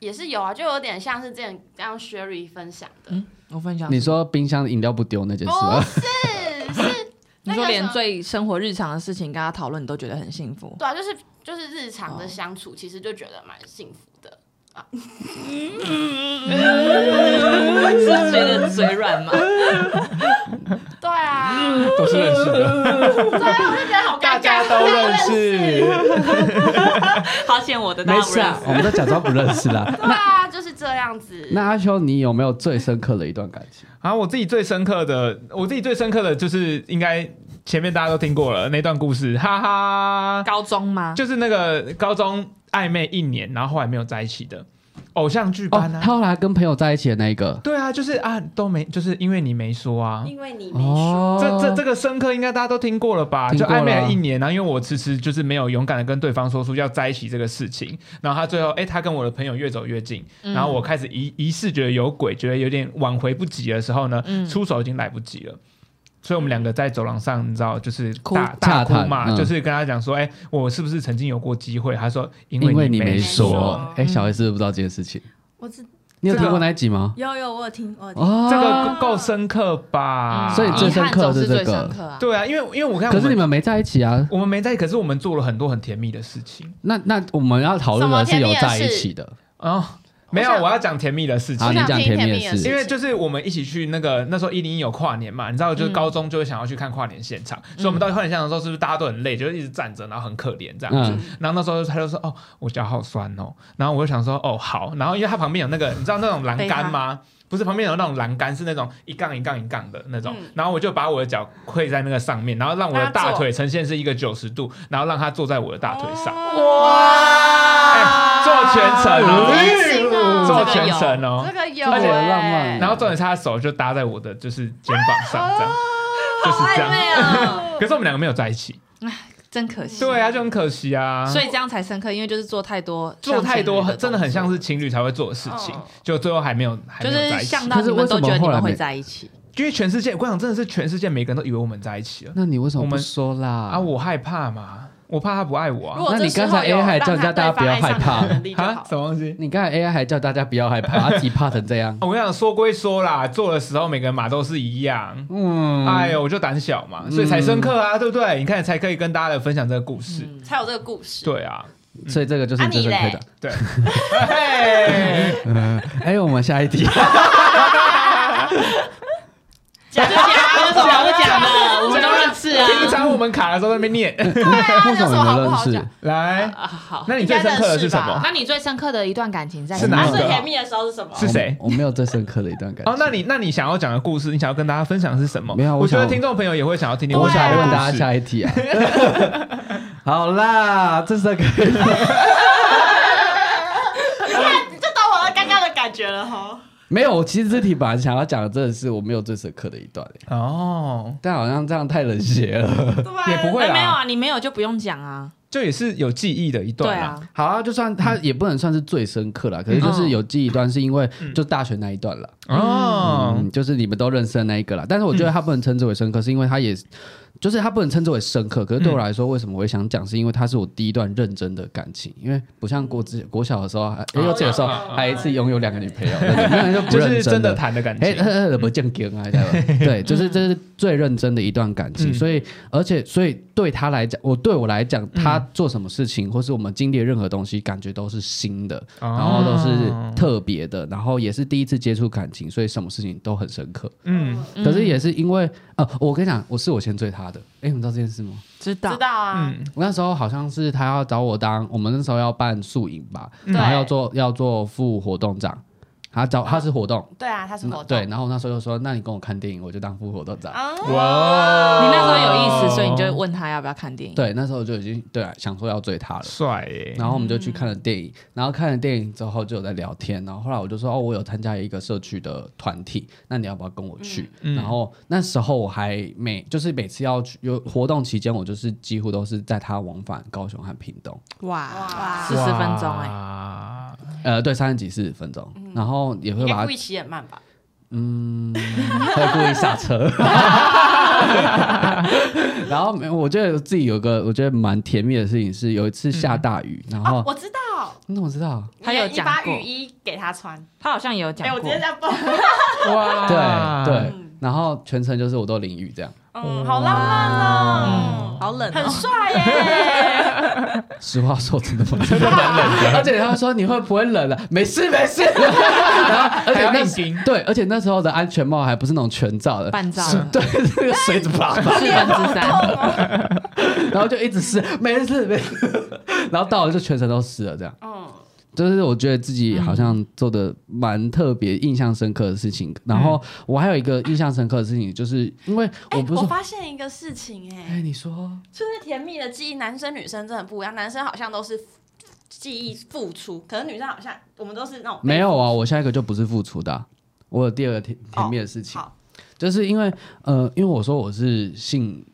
D: 也是有啊，就有点像是之前刚刚 Sherry 分享的，
C: 嗯我分享
B: 你说冰箱饮料不丢那件事
D: 不
B: 吗？
D: 是是
C: 你
D: 那
C: 说
D: 个什
C: 连
D: 么
C: 最生活日常的事情跟他讨论，你都觉得很幸福。
D: 对啊，就是就是日常
B: 哦
D: 的相处，其实就觉得蛮幸福的。
C: 是觉得嘴软吗？
D: 对啊，
A: 都是认识的，
D: 大
A: 大家都认识。
C: 好险我的大
B: 没
C: 家不
B: 事
C: 认
B: 啊
D: 哦
C: 识，
B: 我们都假装不认识 啦。
D: 对啊，就是这样子。
B: 那阿秋，你有没有最深刻的一段感情？
A: 然后啊我自己最深刻的，我自己最深刻的就是应该前面大家都听过了那段故事，哈哈，
C: 高中吗？
A: 就是那个高中暧昧一年，然后后来没有在一起的偶像剧
B: 哦
A: 班，
B: 他
A: 啊。
B: 后来跟朋友在一起的那一个。
A: 对啊，就是啊，都没，就是因为你没说啊。
D: 因为你没说，
B: 哦，
A: 这这这个深刻应该大家都听过了吧？
B: 听
A: 就
B: 过了
A: 暧昧了一年，然后因为我迟迟就是没有勇敢的跟对方说出要在一起这个事情，然后他最后哎，他跟我的朋友越走越近，
C: 嗯
A: 然后我开始疑疑似觉得有鬼，觉得有点挽回不及的时候呢，
C: 嗯
A: 出手已经来不及了。所以我们两个在走廊上，你知道，就是
C: 哭
A: 大大
B: 洽
A: 哭
B: 谈
A: 嘛，
B: 嗯
A: 就是跟他讲说，哎、我是不是曾经有过机会？他说，因
B: 因为
A: 你
B: 你
A: 没
B: 没
D: 说
B: 说，哎，
C: 嗯
B: 小 S 是不是不知道这件事情，
E: 我知
B: 你有
A: 这个
B: 听过那一集吗？
E: 有有我有听我有听，
B: 哦，
A: 这个够够深刻吧？
C: 嗯
B: 所以最深刻是这个
C: 遗憾总最深刻啊。
A: 对啊，因为因为我看，
B: 可是你们没在一起啊？
A: 我们没在，可是我们做了很多很甜蜜的事情。
B: 那那我们要讨论的是有在一起的，
A: 哦，没有，
D: 我想
A: 我要讲甜蜜的事情
B: 好，
D: 我
B: 你
D: 想
B: 讲
D: 听
B: 甜
D: 甜
B: 蜜
D: 蜜的
B: 的
D: 事
A: 因
B: 事。
A: 为就是我们一起去那个那时候一零一有跨年嘛，你知道，就是高中就会想要去看跨年现场，所以我们到跨年现场的时候，是不是大家都很累，就是一直站着，然后很可怜这样子。
B: 嗯，
A: 然后那时候他就说：“哦，我脚好酸哦。”然后我就想说：“哦，好。”然后因为他旁边有那个，你知道那种栏杆吗？不是旁边有那种栏杆，是那种一杠一杠一杠的那种。
D: 嗯
A: 然后我就把我的脚跪在那个上面，然后让我的大腿呈现是一个九十度，然后让他坐在我的大腿上，
B: 哦
A: 哎
D: 哇
A: 做全程
D: 好
A: 哦，
D: 真心哦，
A: 做全程哦。
D: 这个有，
B: 哎这个有浪漫
E: 嗯
D: 哎
A: 然后重点是他的手就搭在我的就是肩膀上，这样、就是这样。
D: 对啊，
A: 可是我们两个没有在一起，
C: 真可惜。
A: 对啊，就很可惜啊。
C: 所以这样才深刻，因为就是做太多
A: 做太
C: 像情侣
A: 多
C: 的动作
A: 真的很像是情侣才会做的事情
D: 哦，
A: 就最后还没有还
C: 就
A: 没
C: 是
A: 有在一起。
C: 像到你们都觉得你们会在一起，
A: 因为全世界，我想真的是全世界每个人都以为我们在一起了
B: 那你为什么
A: 我
B: 不
A: 们
B: 说啦？
A: 啊！我害怕嘛，我怕他不爱我
D: 如
A: 啊。
D: 果
B: 那
D: 这
B: 你
D: 时
B: 刚
D: 候
B: 才
D: 有
B: AI 还
D: 让
B: 叫人家
D: 他
B: 大
D: 对
B: 家不要
D: 方爱
B: 害怕
D: 上你的能力就好
A: 啊
D: 了，
A: 什么东西？。
B: 你刚才 AI 还叫大家不要害怕，阿吉怕成这样
A: 我想说归说啦，做的时候每个人码都是一样。
B: 嗯，
A: 哎呦，我就胆小嘛，所以才深刻啊，对不对？你看才可以跟大家分享这个故事。
C: 嗯
D: 才有这个故事。
A: 对啊，
B: 嗯所以这个就是你最深刻的。
A: 对。嘿
B: 嗯，哎，我们下一题。
D: 讲啊就讲，有什么好不讲的？ 我们都认识啊。
A: 平常我们卡的时候在那边念，
B: 为什么你们
D: 啊那时候好不好
B: 认识
D: 讲？
A: 来，
C: 啊好。
A: 那你最深刻的是什
D: 应该认识
A: 么
D: 吧？
C: 那你最深刻的一段感情在
A: 是
B: 哪
D: 啊，
B: 一个
D: 最甜蜜的时候是什么？
A: 是谁
B: 我？我没有最深刻的一段感情。
A: 哦，那你那你想要讲的故事，你想要跟大家分享的是什么？
B: 没有
A: 我
B: 我
A: 觉得
B: 想
A: 听众朋友也会想要听听
B: 我想
A: 的
B: 问
A: 故
B: 大家
A: 事
B: 下一 题啊。好啦，这是可以。
D: 你就懂我的刚刚的感觉了哈。
B: 没有，我其实这题本来想要讲的真的是我没有最深刻的一段、欸，
A: 哦，
B: 但好像这样太冷血了。
D: 对啊
A: 也不会
C: 那没有
A: 啦，
C: 啊，你没有就不用讲啊。
A: 就也是有记忆的一
C: 对
A: 段啦。
C: 啊，
B: 好啊，就算它也不能算是最深刻啦，可是就是有记忆一段，是因为就大学那一段了，
D: 啊
A: 哦，
B: 嗯，就是你们都认识的那一个啦。但是我觉
A: 嗯
B: 得它不能称之为深刻，是因为它也就是它不能称之为深刻。可是
A: 嗯
B: 对我来说，为什么我会想讲，是因为它是我第一段认真的感情，因为不像国之国小的时候，还幼稚园的时候
A: 哦
B: 还一次拥有两个女朋友， 那种那种就不
A: 就
B: 认
A: 是真
B: 真
A: 的
B: 的。
A: 谈的感
B: 哎，
A: 情。
B: 呃，不正经啊，对 吧？对，就是这是最认真的一段感情，
A: 嗯
B: 所以而且所以对他来讲，我对我来讲，他
A: 嗯
B: 做什么事情，或是我们经历的任何东西，感觉都是新的，
A: 然
B: 然后都是
A: 哦
B: 特别的，然后也是第一次接触感情，所以什么事情都很深刻。
A: 嗯
B: 可是也是因为呃，我跟你讲，我是我先追他的，哎，你们知道这件事吗？
C: 知
D: 知
C: 道，
D: 道啊，
A: 嗯
B: 我那时候好像是他要找我当，我们那时候要办宿营吧，
D: 啊
A: 嗯
B: 然后要做要做副活动长，他找他是活动。
D: 对啊，他是活动。
B: 对，，然后那时候就说，那你跟我看电影，我就当副活动长。
A: 哦
D: 啊，
A: 哇，
C: 你那时候有意思，所以你就问他要不要看电影。
B: 对，那时候就已经对啊，想说要追他了。
A: 帅耶，
B: 然后我们就
D: 嗯
B: 去看了电影，然后看了电影之后就有在聊天，然后后来我就说哦，我有参加一个社区的团体，那你要不要跟我去？
A: 嗯
B: 然后那时候我还每就是每次要去有活动期间，我就是几乎都是在他往返高雄和屏东，
C: 哇
D: 哇，
C: 40分钟哎
A: 哎，
B: 呃，对，三十几四十分钟，然后也会
D: 应该
B: 把
D: 嗯故
B: 他
D: 意骑很慢吧？
B: 会故意刹车，然后没有我觉得自己有个我觉得蛮甜蜜的事情是，有一次下大雨，然后、
D: 哦，我知道，
B: 你怎么知道？
C: 他有
D: 你
C: 讲
D: 把
C: 过
D: 雨衣给他穿。
C: 他好像也有
D: 哎、
C: 讲
D: 我直
C: 过
D: 接，这样蹦，
A: 哇，
B: 对对
D: 嗯，
B: 然后全程就是我都淋雨这样。
D: 嗯，好浪漫哦，
E: 好冷
D: 很
E: 哦。
D: 帅耶。
B: 实话说，真的蛮 真的蛮冷的。而且他说你会不会冷了、没事没事。然后而且
A: 还要
B: 那
A: 硬
B: 时
A: 盯
B: 对，而且那时候的安全帽还不是那种全罩的，
C: 半罩
B: 是
C: 的
B: 对， 这个水子啪啪，
C: 四分之三。
B: 然后就一直湿，没事没事。 然后到了就全程都湿了，这样。
D: 嗯，
B: 就是我觉得自己好像做的蛮特别、印象深刻的事情。然
A: 嗯
B: 后我还有一个印象深刻的事情，就是因为我
D: 哎
B: 不是
D: 我
B: 说，
D: 发现一个事情哎、
B: 哎、你说
D: 就是甜蜜的记忆，男生女生真的不一样。男生好像都是记忆付出，可是女生好像我们都是那种
B: 没有啊？我下一个就不是付出的啊、我有第二个甜甜蜜的事情。
D: 好，
B: 就是因为呃，因为我说我是性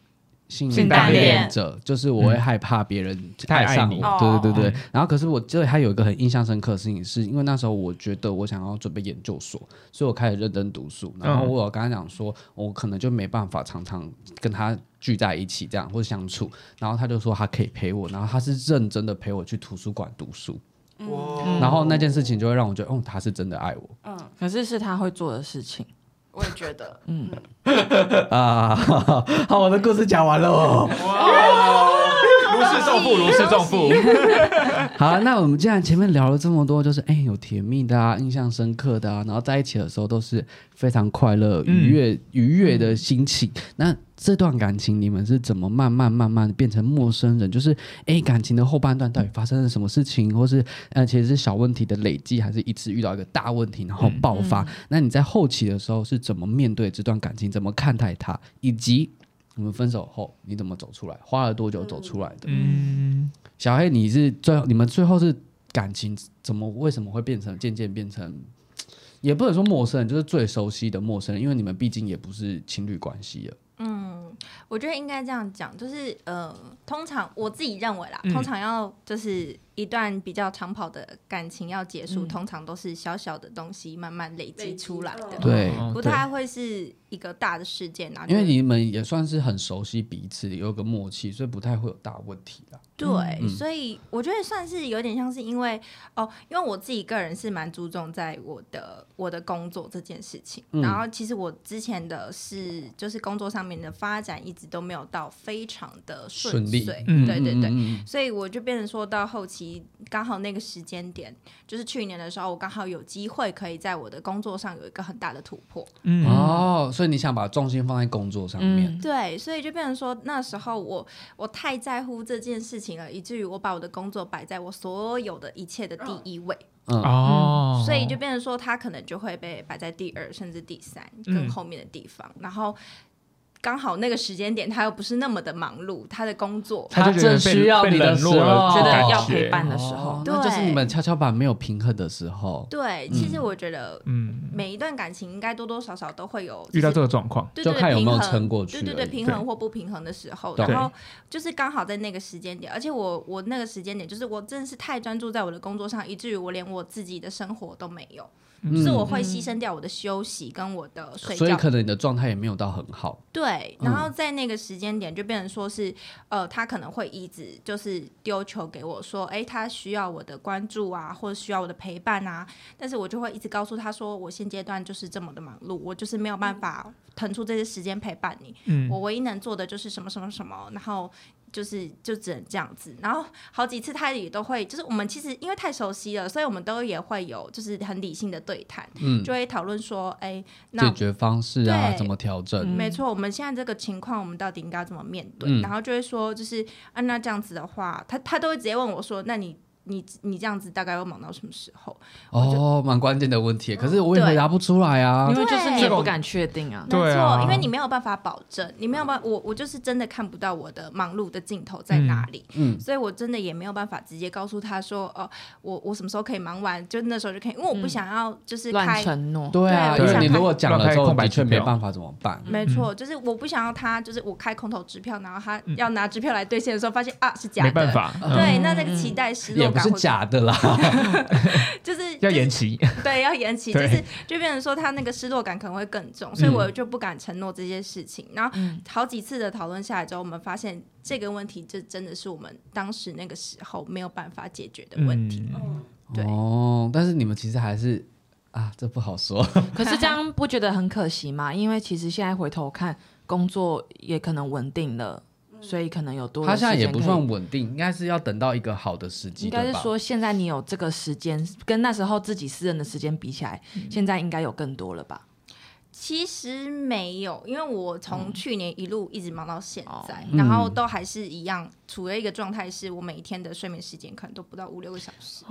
B: 性
C: 性
A: 单恋
B: 恋者，就是我会害怕别人
A: 太爱
B: 上
A: 你
B: 我，
D: 哦
B: 对对对
A: 嗯
B: 对。然后可是我这里还有一个很印象深刻的事情，是因为那时候我觉得我想要准备研究所，所以我开始认真读书。然后我有跟他讲说，我可能就没办法常常跟他聚在一起这样或者相处。然后他就说他可以陪我，然后他是认真的陪我去图书馆读书。
A: 哇
B: 然后那件事情就会让我觉得，哦，他是真的爱我。
D: 嗯，
C: 可是是他会做的事情，
D: 我也觉得，嗯，
B: 啊，好，我的故事讲完了哦。
A: 如释重负，如释重负。
B: 好，那我们既然前面聊了这么多，就是哎、有甜蜜的啊，印象深刻的啊，然后在一起的时候都是非常快乐、
A: 嗯
B: 愉悦、愉悦的心情。那这段感情你们是怎么慢慢慢慢地变成陌生人？就是哎、感情的后半段到底发生了什么事情，或是呃，其实是小问题的累积，还是一次遇到一个大问题然后爆发？那你在后期的时候是怎么面对这段感情，怎么看待它，以及你们分手后你怎么走出来，花了多久走出来的？
A: 嗯，
B: 小黑，你是最后你们最后是感情怎么为什么会变成渐渐变成，也不能说陌生人，就是最熟悉的陌生人，因为你们毕竟也不是情侣关系了。
E: 嗯，我觉得应该这样讲，就是呃，通常我自己认为啦，
A: 嗯
E: 通常要就是一段比较长跑的感情要结束，
C: 嗯
E: 通常都是小小的东西慢慢累积嗯出来
D: 累
E: 的
D: 积，
B: 对
A: 哦
E: 不太会是一个大的事件啊。
B: 因为
E: 就是
B: 你们也算是很熟悉彼此，有个默契，所以不太会有大问题啦。
E: 对，
B: 嗯
E: 所以我觉得算是有点像是因为哦，因为我自己个人是蛮注重在我的我的工作这件事情，
B: 嗯
E: 然后其实我之前的是就是工作上面的发展一直都没有到非常的顺
B: 顺利
E: 遂，
A: 嗯
E: 对对对。
B: 嗯嗯
E: 所以我就变成说到后期，刚好那个时间点，就是去年的时候，我刚好有机会可以在我的工作上有一个很大的突破。
A: 嗯
B: 嗯哦，所以你想把重心放在工作上面，
C: 嗯，
E: 对，所以就变成说，那时候我我太在乎这件事情了，以至于我把我的工作摆在我所有的一切的第一位，
B: 嗯，
A: 哦，
E: 所以就变成说，它可能就会被摆在第二甚至第三
A: 嗯
E: 更后面的地方，然后。刚好那个时间点，他又不是那么的忙碌，他的工作
A: 他就觉得
B: 他正需要
A: 被被
B: 你的
A: 冷落了，
B: 时
C: 觉
B: 候
C: 得
A: 感
C: 要
A: 哦觉
C: 陪伴的时候
B: 哦，那就是你们跷跷板没有平衡的时候，
E: 对，
B: 嗯
E: 其实我觉得
A: 嗯，
E: 每一段感情应该多多少少都会有
A: 遇到这
E: 就是
A: 个状况，
E: 对
B: 就
E: 对对
B: 看有没有
E: 平衡
B: 撑过去
E: 对对对，
B: 而已
E: 平衡或不平衡的时候，
B: 对
E: 然后就是刚好在那个时间点，而且我我那个时间点就是我真的是太专注在我的工作上，以至于我连我自己的生活都没有，
B: 嗯
E: 就是我会牺牲掉我的休息跟我的睡
B: 呃所以
E: 觉。
B: 可能你的状态也没有到很好。
E: 对，
B: 嗯
E: 然后在那个时间点就变成说是，呃，他可能会一直就是丢球给我说，哎，他需要我的关注啊，或者需要我的陪伴啊，但是我就会一直告诉他说，我现阶段就是这么的忙碌，我就是没有办法腾出这些时间陪伴你，
A: 嗯
E: 我唯一能做的就是什么什么什么，然后。就是就只能这样子，然后好几次他也都会，就是我们其实因为太熟悉了，所以我们都也会有就是很理性的对谈，
B: 嗯
E: 就会讨论说，哎、那
B: 解决方式啊，
E: 对
B: 怎么调整？
E: 没错，我们现在这个情况，我们到底应该怎么面对？
B: 嗯
E: 然后就会说，就是啊，那这样子的话，他他都会直接问我说，那你你你这样子大概会忙到什么时候？
B: 哦，蛮关键的问题，可是我也
E: 对
B: 回答不出来啊
C: 因。为就是你也
E: 这
A: 种
C: 不敢确定啊，
A: 对
E: 没错，
A: 啊
E: 因为你没有办法保证，你没有办我我就是真的看不到我的忙碌的尽头在哪里，
B: 嗯，
E: 所以我真的也没有办法直接告诉他说，哦、我我什么时候可以忙完，就那时候就可以，因为我不想要就是
C: 乱
E: 开。
C: 承诺，
B: 对啊，
E: 对我
B: 因为
E: 想
B: 你如果讲了之
A: 让
B: 后，
A: 他
B: 的
A: 空白支
B: 确没
A: 票
B: 办法怎么办？
E: 没错，就是我不想要他，就是我开空头支票，然后他要拿支票来兑现的时候，发现啊是假的，
A: 没办法，嗯
E: 对，那那个期待失
B: 也
E: 落
B: 不
E: 感
B: 是
E: 会
B: 假的啦，
E: 就是
A: 要
E: 就是
A: 延期，
E: 对，要 延期，就
A: 对嗯
E: 是就变成说他那个失落感可能会更重，所以我就不敢承诺这些事情。然后
C: 嗯
E: 好几次的讨论下来之后，我们发现这个问题，这真的是我们当时那个时候没有办法解决的问题。
A: 嗯
D: 嗯，
E: 对
B: 哦，但是你们其实还是啊，这不好说。
C: 可是这样不觉得很可惜吗？因为其实现在回头看，工作也可能稳定了，所以可能有多的
B: 他现在
C: 时
B: 也
C: 间
B: 不
C: 可以
B: 算稳定，应该是要等到一个好的时机
C: 应
B: 的吧。
C: 该是说，现在你有这个时间，跟那时候自己私人的时间比起来，现在应该有更多了吧？
E: 其实没有，因为我
A: 嗯
E: 从去年一路一直忙到现在，
B: 嗯
E: 然后都还是一样，处于一个状态，是我每一天的睡眠时间可能都不到五六个小时，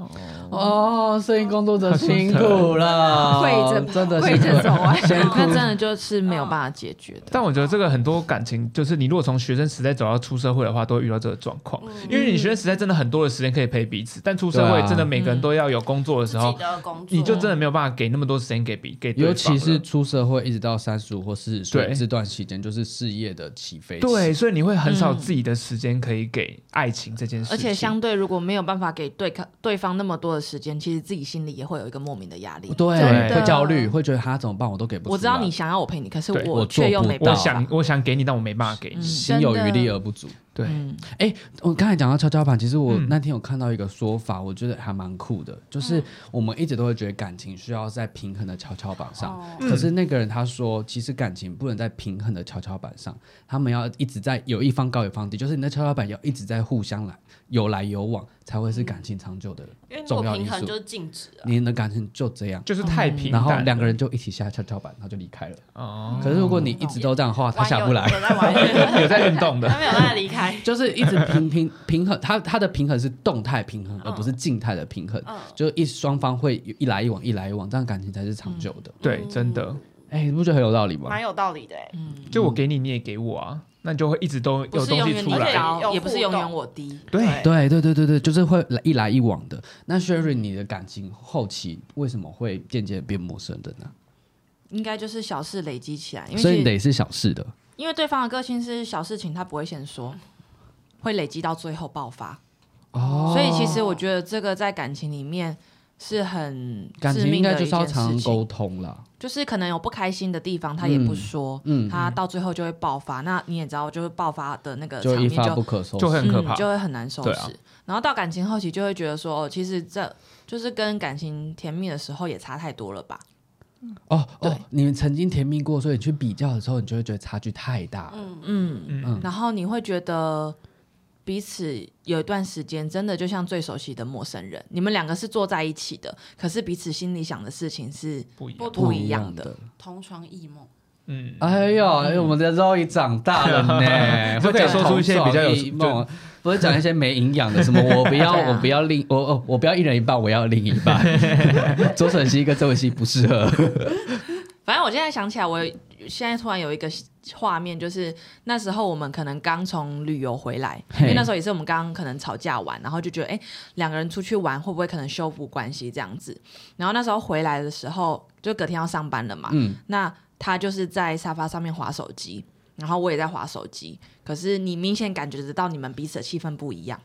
B: 哦，摄影工作者辛苦了，
E: 跪着跑
B: 真的
E: 跪
B: 辛苦
E: 着走 啊。
C: 那真的就是没有办法解决的。
A: 但我觉得这个很多感情，就是你如果从学生时代走到出社会的话，都会遇到这个状况。
D: 嗯
A: 因为你学生时代真的很多的时间可以陪彼此，但出社
B: 对
A: 会
B: 啊
A: 真的每个人都要有工作的时
D: 自
A: 候，
D: 己的工作，
A: 你就真的没有办法给那么多时间给比给对方
B: 尤
A: 了，
B: 其是出社会一直到三十五或四十岁
A: 对
B: 这段期间，就是事业的起飞期。
A: 对，所以你会很少
C: 嗯
A: 自己的时间可以给爱情这件事
C: 而
A: 情，
C: 且相对，如果没有办法给对抗对方那么多的时间，其实自己心里也会有一个莫名的压力。
B: 对，
A: 真的
B: 会焦虑，会觉得他怎么办，我都给不出来。
C: 我知道你想要我陪你，可是
A: 对
B: 我做
C: 却又
B: 不
C: 没
B: 到
C: 办
A: 我
C: 法。
A: 想我想给你，但我没办法给你。
B: 心有余力而不足。
A: 对，
C: 嗯，
B: 哎、我刚才讲到跷跷板，其实我
A: 嗯
B: 那天有看到一个说法，我觉得还蛮酷的，就是
D: 嗯
B: 我们一直都会觉得感情需要在平衡的跷跷板上，
D: 哦
B: 可
A: 嗯
B: 是那个人他说，其实感情不能在平衡的跷跷板上，他们要一直在有一方高有一方低，就是你的跷跷板要一直在互相来有来有往，才会是感情长久的
D: 因为如
B: 重
D: 果
B: 要因
D: 平衡
B: 素
D: 就。是静止啊，
B: 你的感情就这样，
A: 就是太平
B: 然
A: 淡了，
B: 后两个人就一起下跷跷板，然后就离开了。
A: 哦，
B: 可是如果你一直都这样的话，他
D: 玩
B: 下不
D: 有
B: 来。
D: 有在 玩，
A: 有在运动的，
D: 他没有办法离开，
B: 就是一直 平平平衡，它它的平衡是动态平
C: 嗯
B: 衡，而不是静态的平衡。
D: 嗯
B: 就是一双方会有一来一往，一来一往，这样感情才是长久的。
A: 对，真的，
C: 嗯
B: 哎、你不觉得很有道理吗？
D: 蛮有道理的欸，
A: 就我给你，你也给我啊，那你就会一直都
C: 不
A: 有
C: 是
A: 东
C: 永
A: 西
C: 远
A: 出
C: 你
D: 而且
A: 来。
D: 有
C: 高，也不是
D: 互
C: 永远
D: 动
C: 我低。
A: 对，
B: 对对对对对，就是会来一来一往的。那 Sherry，你的感情后期为什么会渐渐变陌生的呢？
C: 应该就是小事累积起来，因为
B: 所以
C: 其
B: 你
C: 实
B: 得是小事的，
C: 因为对方的个性是小事情他不会先说，会累积到最后爆发。
B: 哦
C: 所以其实我觉得这个在感情里面是很
B: 感
C: 致
B: 情应
C: 命
B: 该
C: 的一
B: 就是要
C: 件事
B: 常
C: 情。
B: 沟通啦。
C: 就是可能有不开心的地方，他也不说，
B: 嗯
C: 他到最后就会爆发。那你也知道，就是爆发的那个场
B: 就一
C: 面
B: 发
C: 就
B: 不可收拾
A: 就。会很可
C: 嗯
A: 怕。
C: 就会很难收
A: 对
C: 拾。
A: 啊
C: 然后到感情后期，就会觉得说，哦，其实这就是跟感情甜蜜的时候也差太多了吧？
B: 哦
C: 对
B: 哦，你们曾经甜蜜过，所以你去比较的时候，你就会觉得差距太大了。
D: 嗯，
C: 嗯，
A: 嗯，
C: 然后你会觉得彼此有一段时间真的就像最熟悉的陌生人，你们两个是坐在一起的，可是彼此心里想的事情是
A: 不一样
D: 不。
C: 不一样的。
D: 同床异梦，
A: 嗯，
B: 哎呦，哎呦我们的 Zoe 长大了 呢，
A: 就可以说出一些比较有
B: 会讲同床异梦，不是讲一些没营养的，什 么我不要，
C: 对啊
B: 我不要另，我我我不要一人一半，我要另一半。 左手西跟周西不适合，
C: 反正我现在想起来，我现在突然有一个画面，就是那时候我们可能刚从旅游回来，
B: 嘿
C: 因为那时候也是我们刚刚可能吵架完，然后就觉得哎，诶两个人出去玩会不会可能修复关系这样子？然后那时候回来的时候，就隔天要上班了嘛，
B: 嗯，
C: 那他就是在沙发上面划手机，然后我也在划手机，可是你明显感觉得到你们彼此的气氛不一样，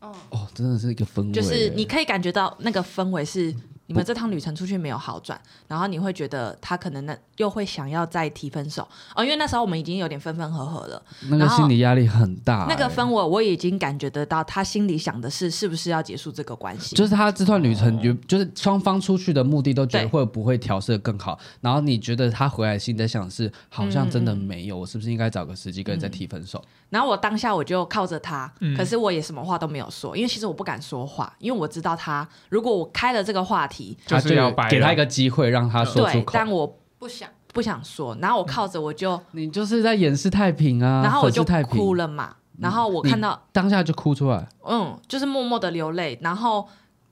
D: 嗯，
B: 哦，真的是一个氛围，
C: 就是你可以感觉到那个氛围是你们这趟旅程出去没有好转，然后你会觉得他可能那又会想要再提分手哦，因为那时候我们已经有点分分合合了，
B: 那个
C: 然后
B: 心理压力很大、
C: 那个
B: 哎
C: 氛围我已经感觉得到他心里想的是是不是要结束这个关系，
B: 就是他这段旅程，
A: 哦
B: 就就是双方出去的目的都觉得
C: 对
B: 会不会调试的更好，然后你觉得他回来心里在想的是，好像真的
C: 嗯
B: 没有，我是不是应该找个时机跟人再提分手？
C: 然后我当下我就靠着他，
B: 嗯
C: 可是我也什么话都没有说，因为其实我不敢说话，因为我知道他如果我开了这个话题，
A: 就
B: 他
A: 是要
B: 有
A: 掰了
B: 给他一个机会让他说出
C: 对，
B: 口。
C: 但我
D: 不想，
C: 不想说，然后我靠着我就，
B: 你就是在掩饰太平啊，
C: 然后我
B: 粉
C: 就
B: 饰太平嗯
C: 哭，了嘛，然后我
B: 你
C: 看到，
B: 当下就哭出来。
C: 嗯，就是默默的流泪，然后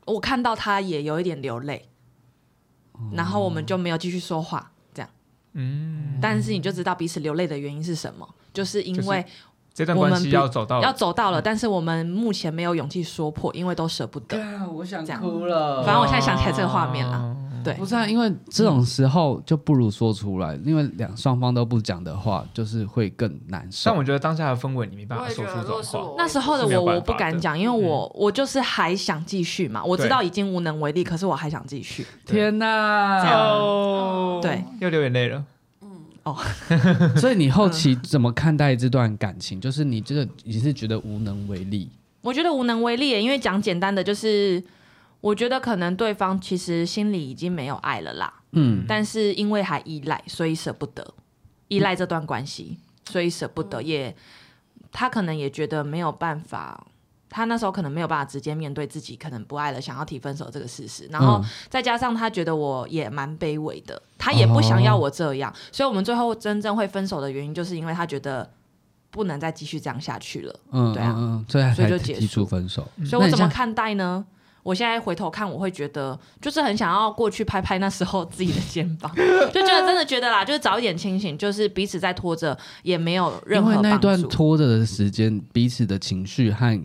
C: 我看到他也有一点流泪，然后我们就没有继续说话，这样，
A: 嗯，
C: 但是你就知道彼此流泪的原因是什么，就是因
A: 就是
C: 为
A: 这段关
C: 我们
A: 系
C: 比
A: 要走到嗯
C: 要走到了，但是我们目前没有勇气说破，因为都舍不得。
B: 啊，我想
C: 哭
B: 了
A: 哦
C: 反正我现在想起来这个画面了。对
B: 不是啊，因为这种时候就不如说出来，因为两双方都不讲的话，就是会更难
A: 但
B: 受。
A: 我觉得当下的氛围你没办法
D: 我也
A: 说
D: 觉
A: 出
D: 得
A: 这
D: 如果
A: 种
D: 是
A: 话。
D: 我
C: 那时候的
A: 是没有
C: 我，
A: 办
C: 我
A: 法
C: 不敢
A: 的嗯
C: 讲，因为我我就是还想继续嘛，我知道已经无能为力，可是我还想继续。
B: 天哪！
A: 哦，
C: 对，
A: 又流眼泪了。
D: 嗯，
B: 所以你后期怎么看待这段感情？就是你这个你是觉得无能为力，
C: 我觉得无能为力耶，因为讲简单的就是，我觉得可能对方其实心里已经没有爱了啦，
B: 嗯，
C: 但是因为还依赖，所以舍不得，依赖这段关系，所以舍不得，
B: 嗯
C: 也他可能也觉得没有办法。他那时候可能没有办法直接面对自己可能不爱了，想要提分手这个事实，然后
B: 嗯
C: 再加上他觉得我也蛮卑微的，他也不想要我这样，所以我们最后真正会分手的原因，就是因为他觉得不能再继续这样下去了。
B: 嗯
C: 对啊
B: 嗯嗯，所以他
C: 所以
B: 才
C: 就结束
B: 提出分手。
C: 所以我
B: 那你
C: 怎么
B: 像
C: 看待呢？我现在回头看，我会觉得就是很想要过去拍拍那时候自己的肩膀， 就觉得真的觉得啦，就是早一点清醒，就是彼此在拖着也没有任
B: 因
C: 何
B: 为
C: 帮助。
B: 那段拖着的时间，彼此的情绪和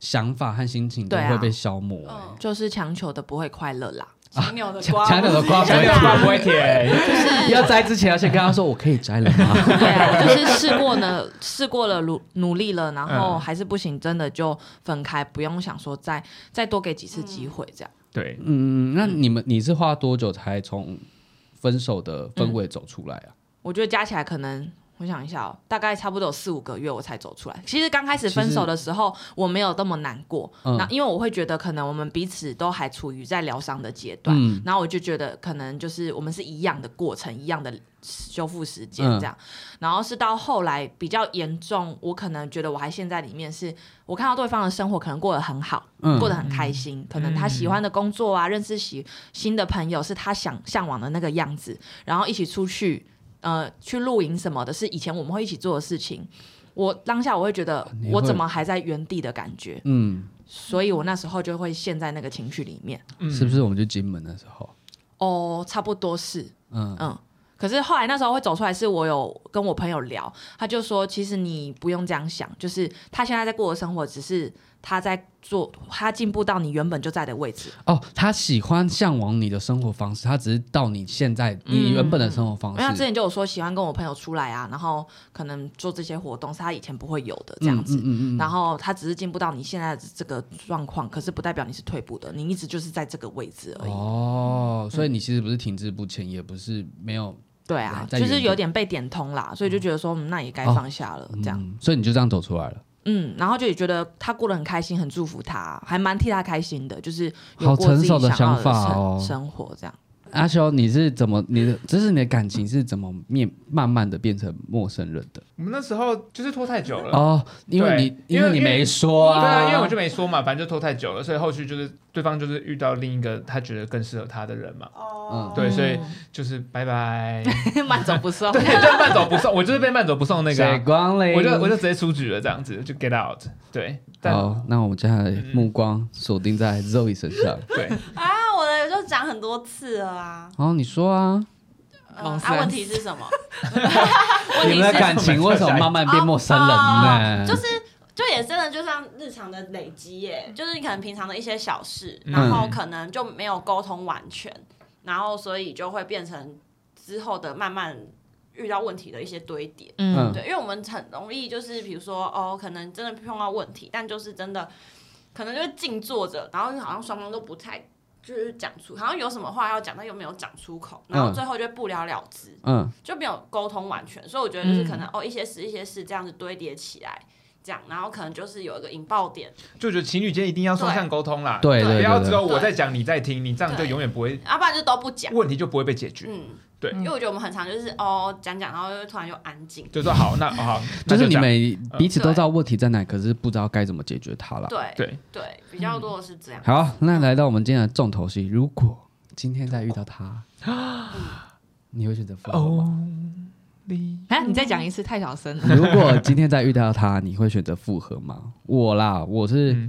B: 想法和心情都
C: 对啊
B: 会被消磨、欸
D: 嗯，
C: 就是强求的不会快乐啦，
D: 强扭的瓜，
B: 啊 强扭的瓜
A: 瓜
B: 不会甜，
A: 不会甜，
B: 要摘之前要先跟他说：“我可以摘了吗
C: 对啊，就是试过呢，试过了努努力了，然后还是不行，真的就分开，不用想说再再多给几次机会这样。
A: 对？”
B: 嗯，那你们你是花多久才从分手的氛围走出来啊？
C: 我觉得加起来可能，我想一下哦，大概差不多有四五个月我才走出来。其实刚开始分手的时候，我没有这么难过，
B: 嗯
C: 那因为我会觉得可能我们彼此都还处于在疗伤的阶段，
B: 嗯
C: 然后我就觉得可能就是我们是一样的过程，一样的修复时间
B: 嗯
C: 这样。然后是到后来比较严重，我可能觉得我还陷在里面是，我看到对方的生活可能过得很好，
B: 嗯
C: 过得很开心，可能他喜欢的工作啊，认识喜新的朋友是他想向往的那个样子，然后一起出去，呃，去露营什么的，是以前我们会一起做的事情。我当下我会觉得
B: 你，会
C: 我怎么还在原地的感觉，
B: 嗯，
C: 所以我那时候就会陷在那个情绪里面。
B: 是不是我们去金门的时候？
C: 哦，差不多是，
B: 嗯
C: 嗯，可是后来那时候会走出来，是我有跟我朋友聊，他就说，其实你不用这样想，就是他现在在过的生活，只是他在做，他进步到你原本就在的位置。
B: 哦，他喜欢向往你的生活方式，他只是到你现在你原本的生活方
C: 因为他之
B: 式。
C: 前就有说喜欢跟我朋友出来啊，然后可能做这些活动是他以前不会有的这样子。
B: 嗯
C: 然后他只是进步到你现在的这个状况，可是不代表你是退步的，你一直就是在这个位置而已。
B: 哦，所以你其实不是停滞不前，也不是没有
C: 对啊，
B: 在
C: 就
B: 原
C: 是
B: 地
C: 有点被点通啦，所以就觉得说，嗯那也该
B: 哦
C: 放下了，这样。
B: 嗯所以你就这样走出来了，
C: 嗯，然后就也觉得他过得很开心，很祝福他，还蛮替他开心的，就是有
B: 好
C: 过自己
B: 成熟的
C: 想要
B: 想法
C: 生
B: 哦
C: 生活这样。
B: 阿修，你是怎么你的，就是你的感情是怎么面慢慢的变成陌生人的？
A: 我们那时候就是拖太久了。
B: 哦，因为你
A: 对
B: 因为你
A: 因为
B: 没说
A: 对
B: 啊，
A: 啊，因为我就没说嘛，反正就拖太久了，所以后续就是对方就是遇到另一个他觉得更适合他的人嘛，
B: 嗯
D: 哦，
A: 对，所以就是拜拜，
C: 慢走不送
A: 对，，就慢走不送，我就是被慢走不送那个
B: 水
A: 啊，
B: 光嘞，
A: 我就我就直接出局了，这样子就 get out，对，但
B: 好，那我们接下
A: 嗯
B: 来目光锁定在 Zoe 身上。
A: 对，
D: 啊，我的就讲很多次了啊，
B: 好，你说啊，
D: 嗯
A: Nonsense
D: 啊，问题是什 么？
B: 你们的感情为什么慢慢变陌生人
D: 哦
B: 呢？嗯
D: 就是就也真的就像日常的累积耶，就是你可能平常的一些小事，
A: 嗯
D: 然后可能就没有沟通完全，然后所以就会变成之后的慢慢遇到问题的一些堆叠。
B: 嗯
C: 嗯，
D: 对，因为我们很容易就是比如说哦，可能真的碰到问题，但就是真的可能就会静坐着，然后好像双方都不太。就是讲出，好像有什么话要讲，但又没有讲出口，然后
B: 嗯
D: 最后就不了了之。
B: 嗯，
D: 就没有沟通完全，所以我觉得就是可能、
C: 嗯
D: 哦一些事一些事这样子堆叠起来，这样，然后可能就是有一个引爆点，
A: 就觉得情侣间一定要双向沟通啦，
B: 对
D: 对
A: 不
B: 对
A: 要
B: 对
A: 只
B: 对，
A: 有我在讲，你在听，你这样就
D: 对
A: 永远不会
D: 要、啊不然就都不讲。
A: 问题就不会被解决，
D: 嗯，
A: 对
D: 因为我觉得我们很常就是哦讲讲，然后就突然就安静。
A: 就说好，那哦好，那
B: 就
A: 这
B: 是你
A: 样
B: 们彼此都知道问题在哪，可是不知道该怎么解决它了。
D: 对
A: 对
D: 对，比较多的是这样。
B: 好，那来到我们今天的重头戏，如果今天再遇到他， 你会选择复
A: 哦
B: 合吗？
A: Only
C: 哎，你再讲一次，太小声了。
B: 如果今天再遇到他，你会选择复合吗？我啦，我是，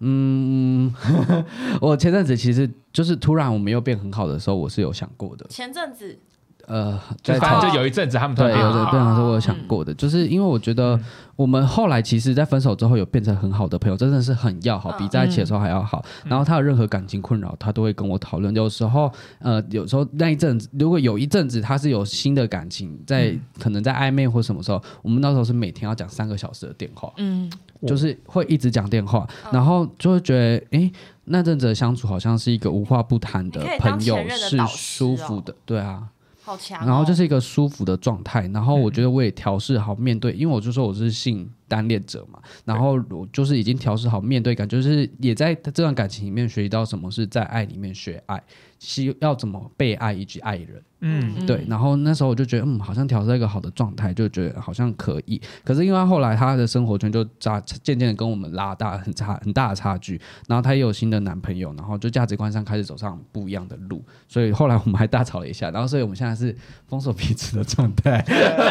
B: 嗯， 我前阵子其实就是突然我们又变很好的时候，我是有想过的。
D: 前阵子
B: 呃，
A: 就
B: 在
A: 反
B: 吵
A: 正就有一阵子他们突然啊
B: 对，
A: 变
D: 啊
A: 好
B: 有的
A: 了
B: 对象是我有想
D: 嗯
B: 过的，就是因为我觉得我们后来其实，在分手之后有变成很好的朋友，真的是很要好，
D: 嗯
B: 比在一起的时候还要好。然后他有任何感情困扰，他都会跟我讨论。有时候，呃，有时候那一阵子，如果有一阵子他是有新的感情，在
D: 嗯
B: 可能在暧昧或什么时候，我们那时候是每天要讲三个小时的电话，
C: 嗯，
A: 我
B: 就是会一直讲电话，
D: 嗯
B: 然后就会觉得，诶，那阵子的相处好像是一个无话不谈的
D: 你可以当
B: 朋友
D: 前，任的
B: 是
D: 导师
B: 舒服
D: 哦
B: 的，对啊。
D: 好强哦、
B: 然后就是一个舒服的状态，然后我觉得我也调试好面对，因为我就说我是性单恋者嘛，然后我就是已经调试好面对感，就是也在这段感情里面学习到什么是在爱里面学爱，是要怎么被爱以及爱人。
A: 嗯，
B: 对，然后那时候我就觉得，嗯，好像调试到一个好的状态，就觉得好像可以。可是因为后来她的生活圈就差渐渐的跟我们拉大很差很大的差距，然后她也有新的男朋友，然后就价值观上开始走上不一样的路，所以后来我们还大吵了一下，然后所以我们现在是封锁彼此的状态。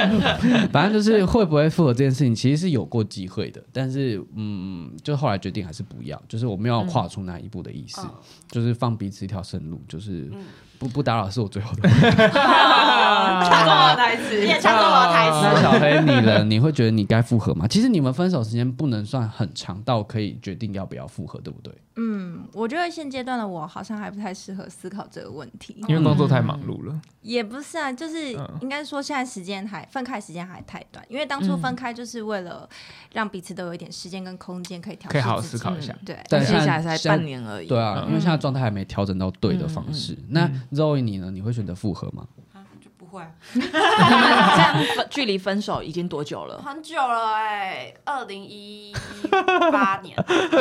B: 反正就是会不会复合这件事情，其实是有过机会的，但是嗯，就后来决定还是不要，就是我们要跨出那一步的意思，
D: 嗯
B: 就是放彼此一条生路，就是
D: 嗯
B: 不不打扰是我最后的。
E: 抢走我的台词
D: 你也唱中我的 台
B: 那
D: 词，
B: 小黑你呢？你会觉得你该复合吗？其实你们分手时间不能算很长到可以决定要不要复合，对不对？
E: 嗯，我觉得现阶段的我好像还不太适合思考这个问题，
A: 因为工作太忙碌
C: 嗯
A: 了，
E: 也不是啊，就是
A: 嗯
E: 应该说现在时间还分开时间还太短，因为当初分开就是为了让彼此都有一点时间跟空间可以调
A: 可以好好
E: 试
A: 思
E: 自己，
A: 考一下。
E: 对，
B: 但
C: 而且
B: 现
C: 下
B: 在
C: 才
B: 现在
C: 半年而已。
B: 对嗯啊，
A: 嗯
B: 因为现在状态还没调整到对的方式。那 Zoe 你呢？你会选择复合吗？
D: 啊就不会啊、
C: 你们这样分距离分手已经多久了？
D: 很久了哎、2二零一八 年，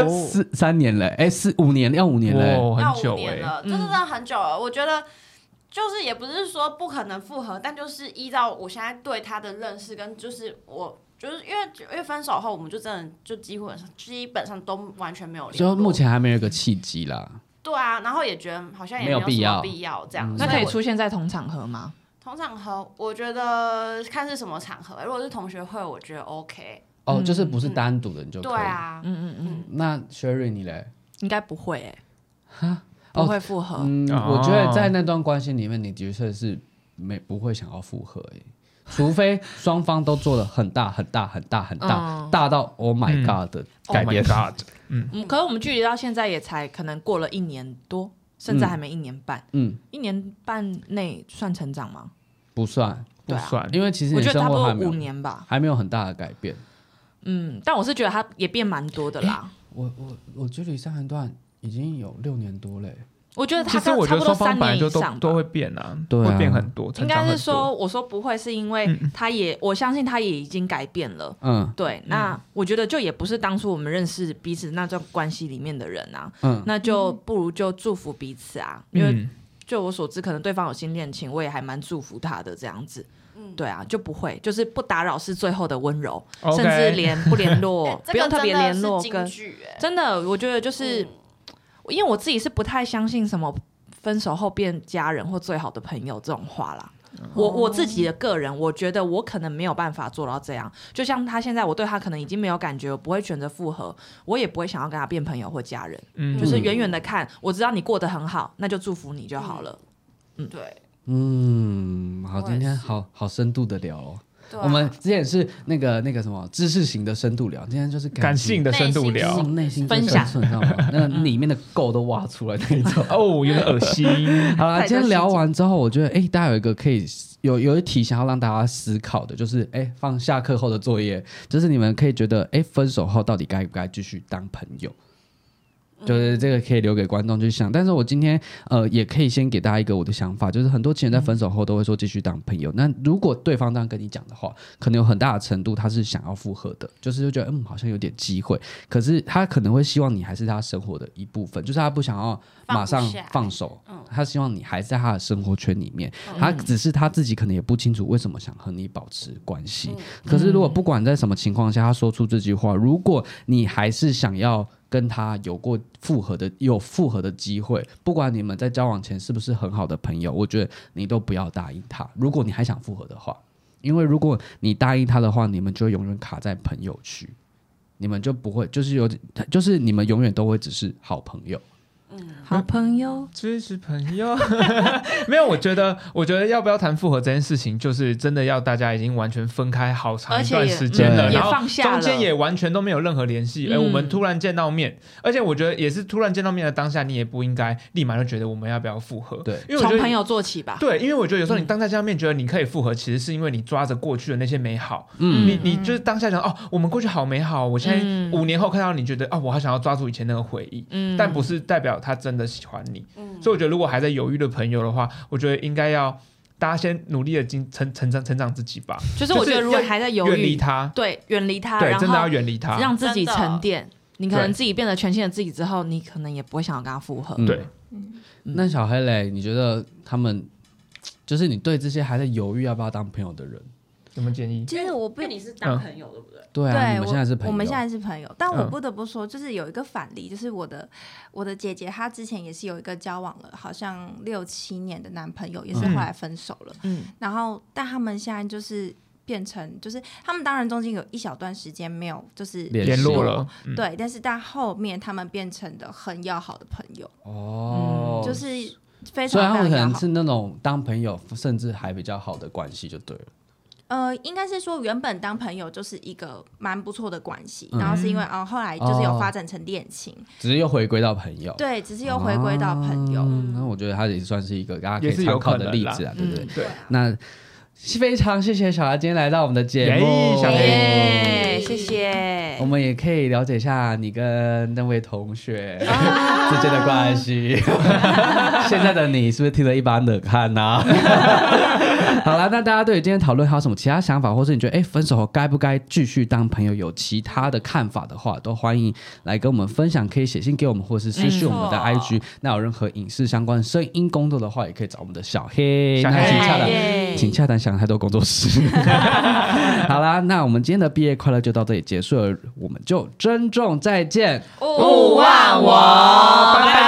B: 四三年了，哎，四五年要五年了，
A: 哇，
D: 到
A: 很
D: 五
A: 久
B: 欸
D: 年
A: 哎，
D: 了，嗯这真的很久了。我觉得就是也不是说不可能复合，但就是依照我现在对他的认识跟就是我。就是因为因为分手后，我们就真的就基本上基本上都完全没有联
B: 就
D: 络。
B: 目前还没有一个契机啦。
D: 对啊，然后也觉得好像也
B: 没有
D: 有
B: 必
D: 什
B: 要
D: 么必要这样。
B: 嗯
C: 那
D: 所
C: 可以
D: 我
C: 出现在同场合吗？
D: 同场合，我觉得看是什么场合。如果是同学会，我觉得 OK。
B: 哦，
C: 嗯
B: 就是不是单独的你就可
D: 对
B: 以。
D: 啊，
C: 嗯嗯嗯，
B: 那 Sherry 你嘞？
C: 应该不会诶，
B: 哦
C: 不会复合。
B: 嗯，
A: 哦
B: 我觉得在那段关系里面，你的确是没不会想要复合、欸，除非双方都做了很大很大很大很大、
C: 嗯
B: 大到 Oh my God 的改变。
A: Oh my God
C: 嗯，可是我们距离到现在也才可能过了一年多，甚至还没一年半。
B: 嗯，
C: 一年半内算成长吗？
B: 不算，
A: 不
C: 对啊
A: 算，
B: 因为其实
C: 我
B: 你
C: 觉得
B: 生
C: 差不
B: 活
C: 多
B: 还没
C: 五
B: 有
C: 年吧。
B: 还没有很大的改变。
C: 嗯，但我是觉得他也变蛮多的
A: 嗯
C: 啦。
B: 我我我距离上一段已经有六年多嘞、
C: 我觉得
A: 其
C: 他
A: 实我觉
C: 差
A: 得
C: 不
A: 双
C: 多
A: 方
C: 三
A: 本来
C: 年
A: 就
C: 以
A: 都
C: 上吧
A: 都。会变啊，
B: 对啊
A: 会变很多，嗯
C: 应
A: 成长
C: 该
A: 很
C: 是
A: 多
C: 说，我说不会，是因为他也，我相信他也已经改变了。
B: 嗯
C: 对，那我觉得就也不是当初我们认识彼此那段关系里面的人啊，
B: 嗯，
C: 那就不如就祝福彼此啊，因为
A: 嗯，
C: 就我所知，可能对方有新恋情，我也还蛮祝福他的这样子。
D: 嗯，
C: 对啊，就不会，就是不打扰是最后的温柔
A: OK
C: 甚至连不联
D: 哎，
C: 络，
D: 这
C: 不
D: 个
C: 用特
D: 真
C: 别
D: 的
C: 联
D: 是
C: 络
D: 金
C: 跟。
D: 句哎，
C: 真的，我觉得就是、
D: 嗯
C: 因为我自己是不太相信什么分手后变家人或最好的朋友这种话啦。
A: 嗯
C: 我我自己的个人，我觉得我可能没有办法做到这样。就像他现在，我对他可能已经没有感觉，我不会选择复合，我也不会想要跟他变朋友或家人。
A: 嗯
C: 就是远远的看，我知道你过得很好，那就祝福你就好了。
D: 对
B: 嗯，好，
D: 我也
B: 今天
D: 是
B: 好好深度的聊哦。
D: 对啊，
B: 我们之前是那个那个什么知识型的深度聊，今天就是
A: 感
B: 感
A: 性
B: 性
A: 的深度聊
D: 内
B: 心内心
C: 分享
B: 你知道吗？那个里面的垢都挖出来那一 种。，
A: 哦，有点恶心
B: 好啦，
E: 太多
B: 今天聊完之后，我觉得哎、大家有一个可以有有一题想要让大家思考的，就是哎、放下课后的作业，就是你们可以觉得哎、分手后到底该不该继续当朋友？嗯就是这个可以留给观众去想，但是我今天呃也可以先给大家一个我的想法，就是很多情人在分手后都会说继续当朋友。那如果对方这样跟你讲的话，可能有很大的程度他是想要复合的，就是就觉得嗯好像有点机会，可是他可能会希望你还是他生活的一部分，就是他不想要马上
D: 放不下
B: 放手，
D: 嗯
B: 他希望你还在他的生活圈里面，
D: 嗯
B: 他只是他自己可能也不清楚为什么想和你保持关系。可是如果不管在什么情况下，他说出这句话，如果你还是想要。跟他有过复合的有复合的机会，不管你们在交往前是不是很好的朋友，我觉得你都不要答应他。如果你还想复合的话，因为如果你答应他的话，你们就永远卡在朋友区，你们就不会就是有就是你们永远都会只是好朋友。
D: 嗯，
C: 好朋友，
A: 支持朋友， 没有，我觉得，我觉得要不要谈复合这件事情，就是真的要大家已经完全分开好长
C: 而
A: 一
C: 且
A: 段
C: 也
A: 时间了，
B: 嗯
C: 也
A: 然后
C: 放下
A: 中
C: 了，
A: 间也完全都没有任何联系。哎、
C: 嗯
A: 我们突然见到面，而且我觉得也是突然见到面的当下，你也不应该立马就觉得我们要不要复合，
B: 对
A: 因为我觉
C: 从
A: 得
C: 朋友做起吧。
A: 对，因为我觉得有时候你
C: 嗯
A: 当下见到面觉得你可以复合，其实是因为你抓着过去的那些美好，
B: 嗯
A: 你你就是当下想哦，我们过去好美好，我现
C: 嗯
A: 在五年后看到你觉得哦，我好想要抓住以前那个回忆，
C: 嗯
A: 但不是代表他真的喜欢你。
D: 嗯
A: 所以我觉得如果还在犹豫的朋友的话，我觉得应该要大家先努力的经成成长成长自己吧，
C: 就是我觉得如果
A: 就是要
C: 还在犹
A: 远离
C: 豫，
A: 他，
C: 对，远离他，
A: 对，
C: 然
A: 真的要
C: 后
A: 远离他，
C: 让自己
D: 真的
C: 沉淀。你可能
A: 对
C: 自己变得全新的自己之后，你可能也不会想要跟他复合。
B: 嗯
A: 对。
B: 那小黑嘞，你觉得他们就是你对这些还在犹豫要不要当朋友的人，
A: 什么建议？
E: 其实我不
D: 因为你是
C: 嗯
D: 当朋友对不对？
B: 对啊，你
E: 我
B: 们现在是朋友，
E: 我们现在是朋友，但我
A: 嗯
E: 不得不说，就是有一个反例，就是我的我的姐姐，她之前也是有一个交往了好像六七年的男朋友，也是
A: 嗯
E: 后来分手了。
C: 嗯
E: 然后，但他们现在就是变成，就是他们当然中间有一小段时间没有就是
B: 联
A: 联络
B: 系哦
A: 了，嗯，
E: 对，但是但后面他们变成的很要好的朋友，
B: 哦，
E: 就是非
B: 所以他
E: 常
B: 们
E: 非
B: 可
E: 常要
B: 能
E: 好。
B: 是那种当朋友，甚至还比较好的关系就对了。
E: 呃，应该是说原本当朋友就是一个蛮不错的关系，
B: 嗯
E: 然后是因为哦后来就是
B: 哦
E: 有发展成恋情，
B: 只是又回归到朋友，
E: 对，只是又回归到朋友。
B: 嗯那我觉得他也算是一个大家可
A: 也是
B: 以
A: 有
B: 参考
A: 可
B: 的
A: 能
B: 例
A: 啦
B: 子啊，对不对
C: 嗯？
A: 对，
B: 那非常谢谢小阿今天来到我们的节目，
A: 耶小黑
E: 嗯
C: 耶，谢谢
B: 我。们也可以了解一下你跟那位同学
D: 啊
B: 之间的关系。 现在的你是不是听了一把冷汗 呐、好啦，那大家对于今天讨论还有什么其他想法，或是你觉得哎、诶分手后该不该继续当朋友，有其他的看法的话，都欢迎来跟我们分享，可以写信给我们，或是私讯我们的
D: 没
B: IG
D: 错。
B: 那有任何影视相关的声音工作的话，也可以找我们的小黑。
A: 小
B: 那
A: 黑
B: 请洽的
A: 耶
B: 请洽谈想太多工作室。 好啦，那我们今天的毕业快乐就到这里结束了，我们就珍重再见。
D: 勿忘我，
A: 拜拜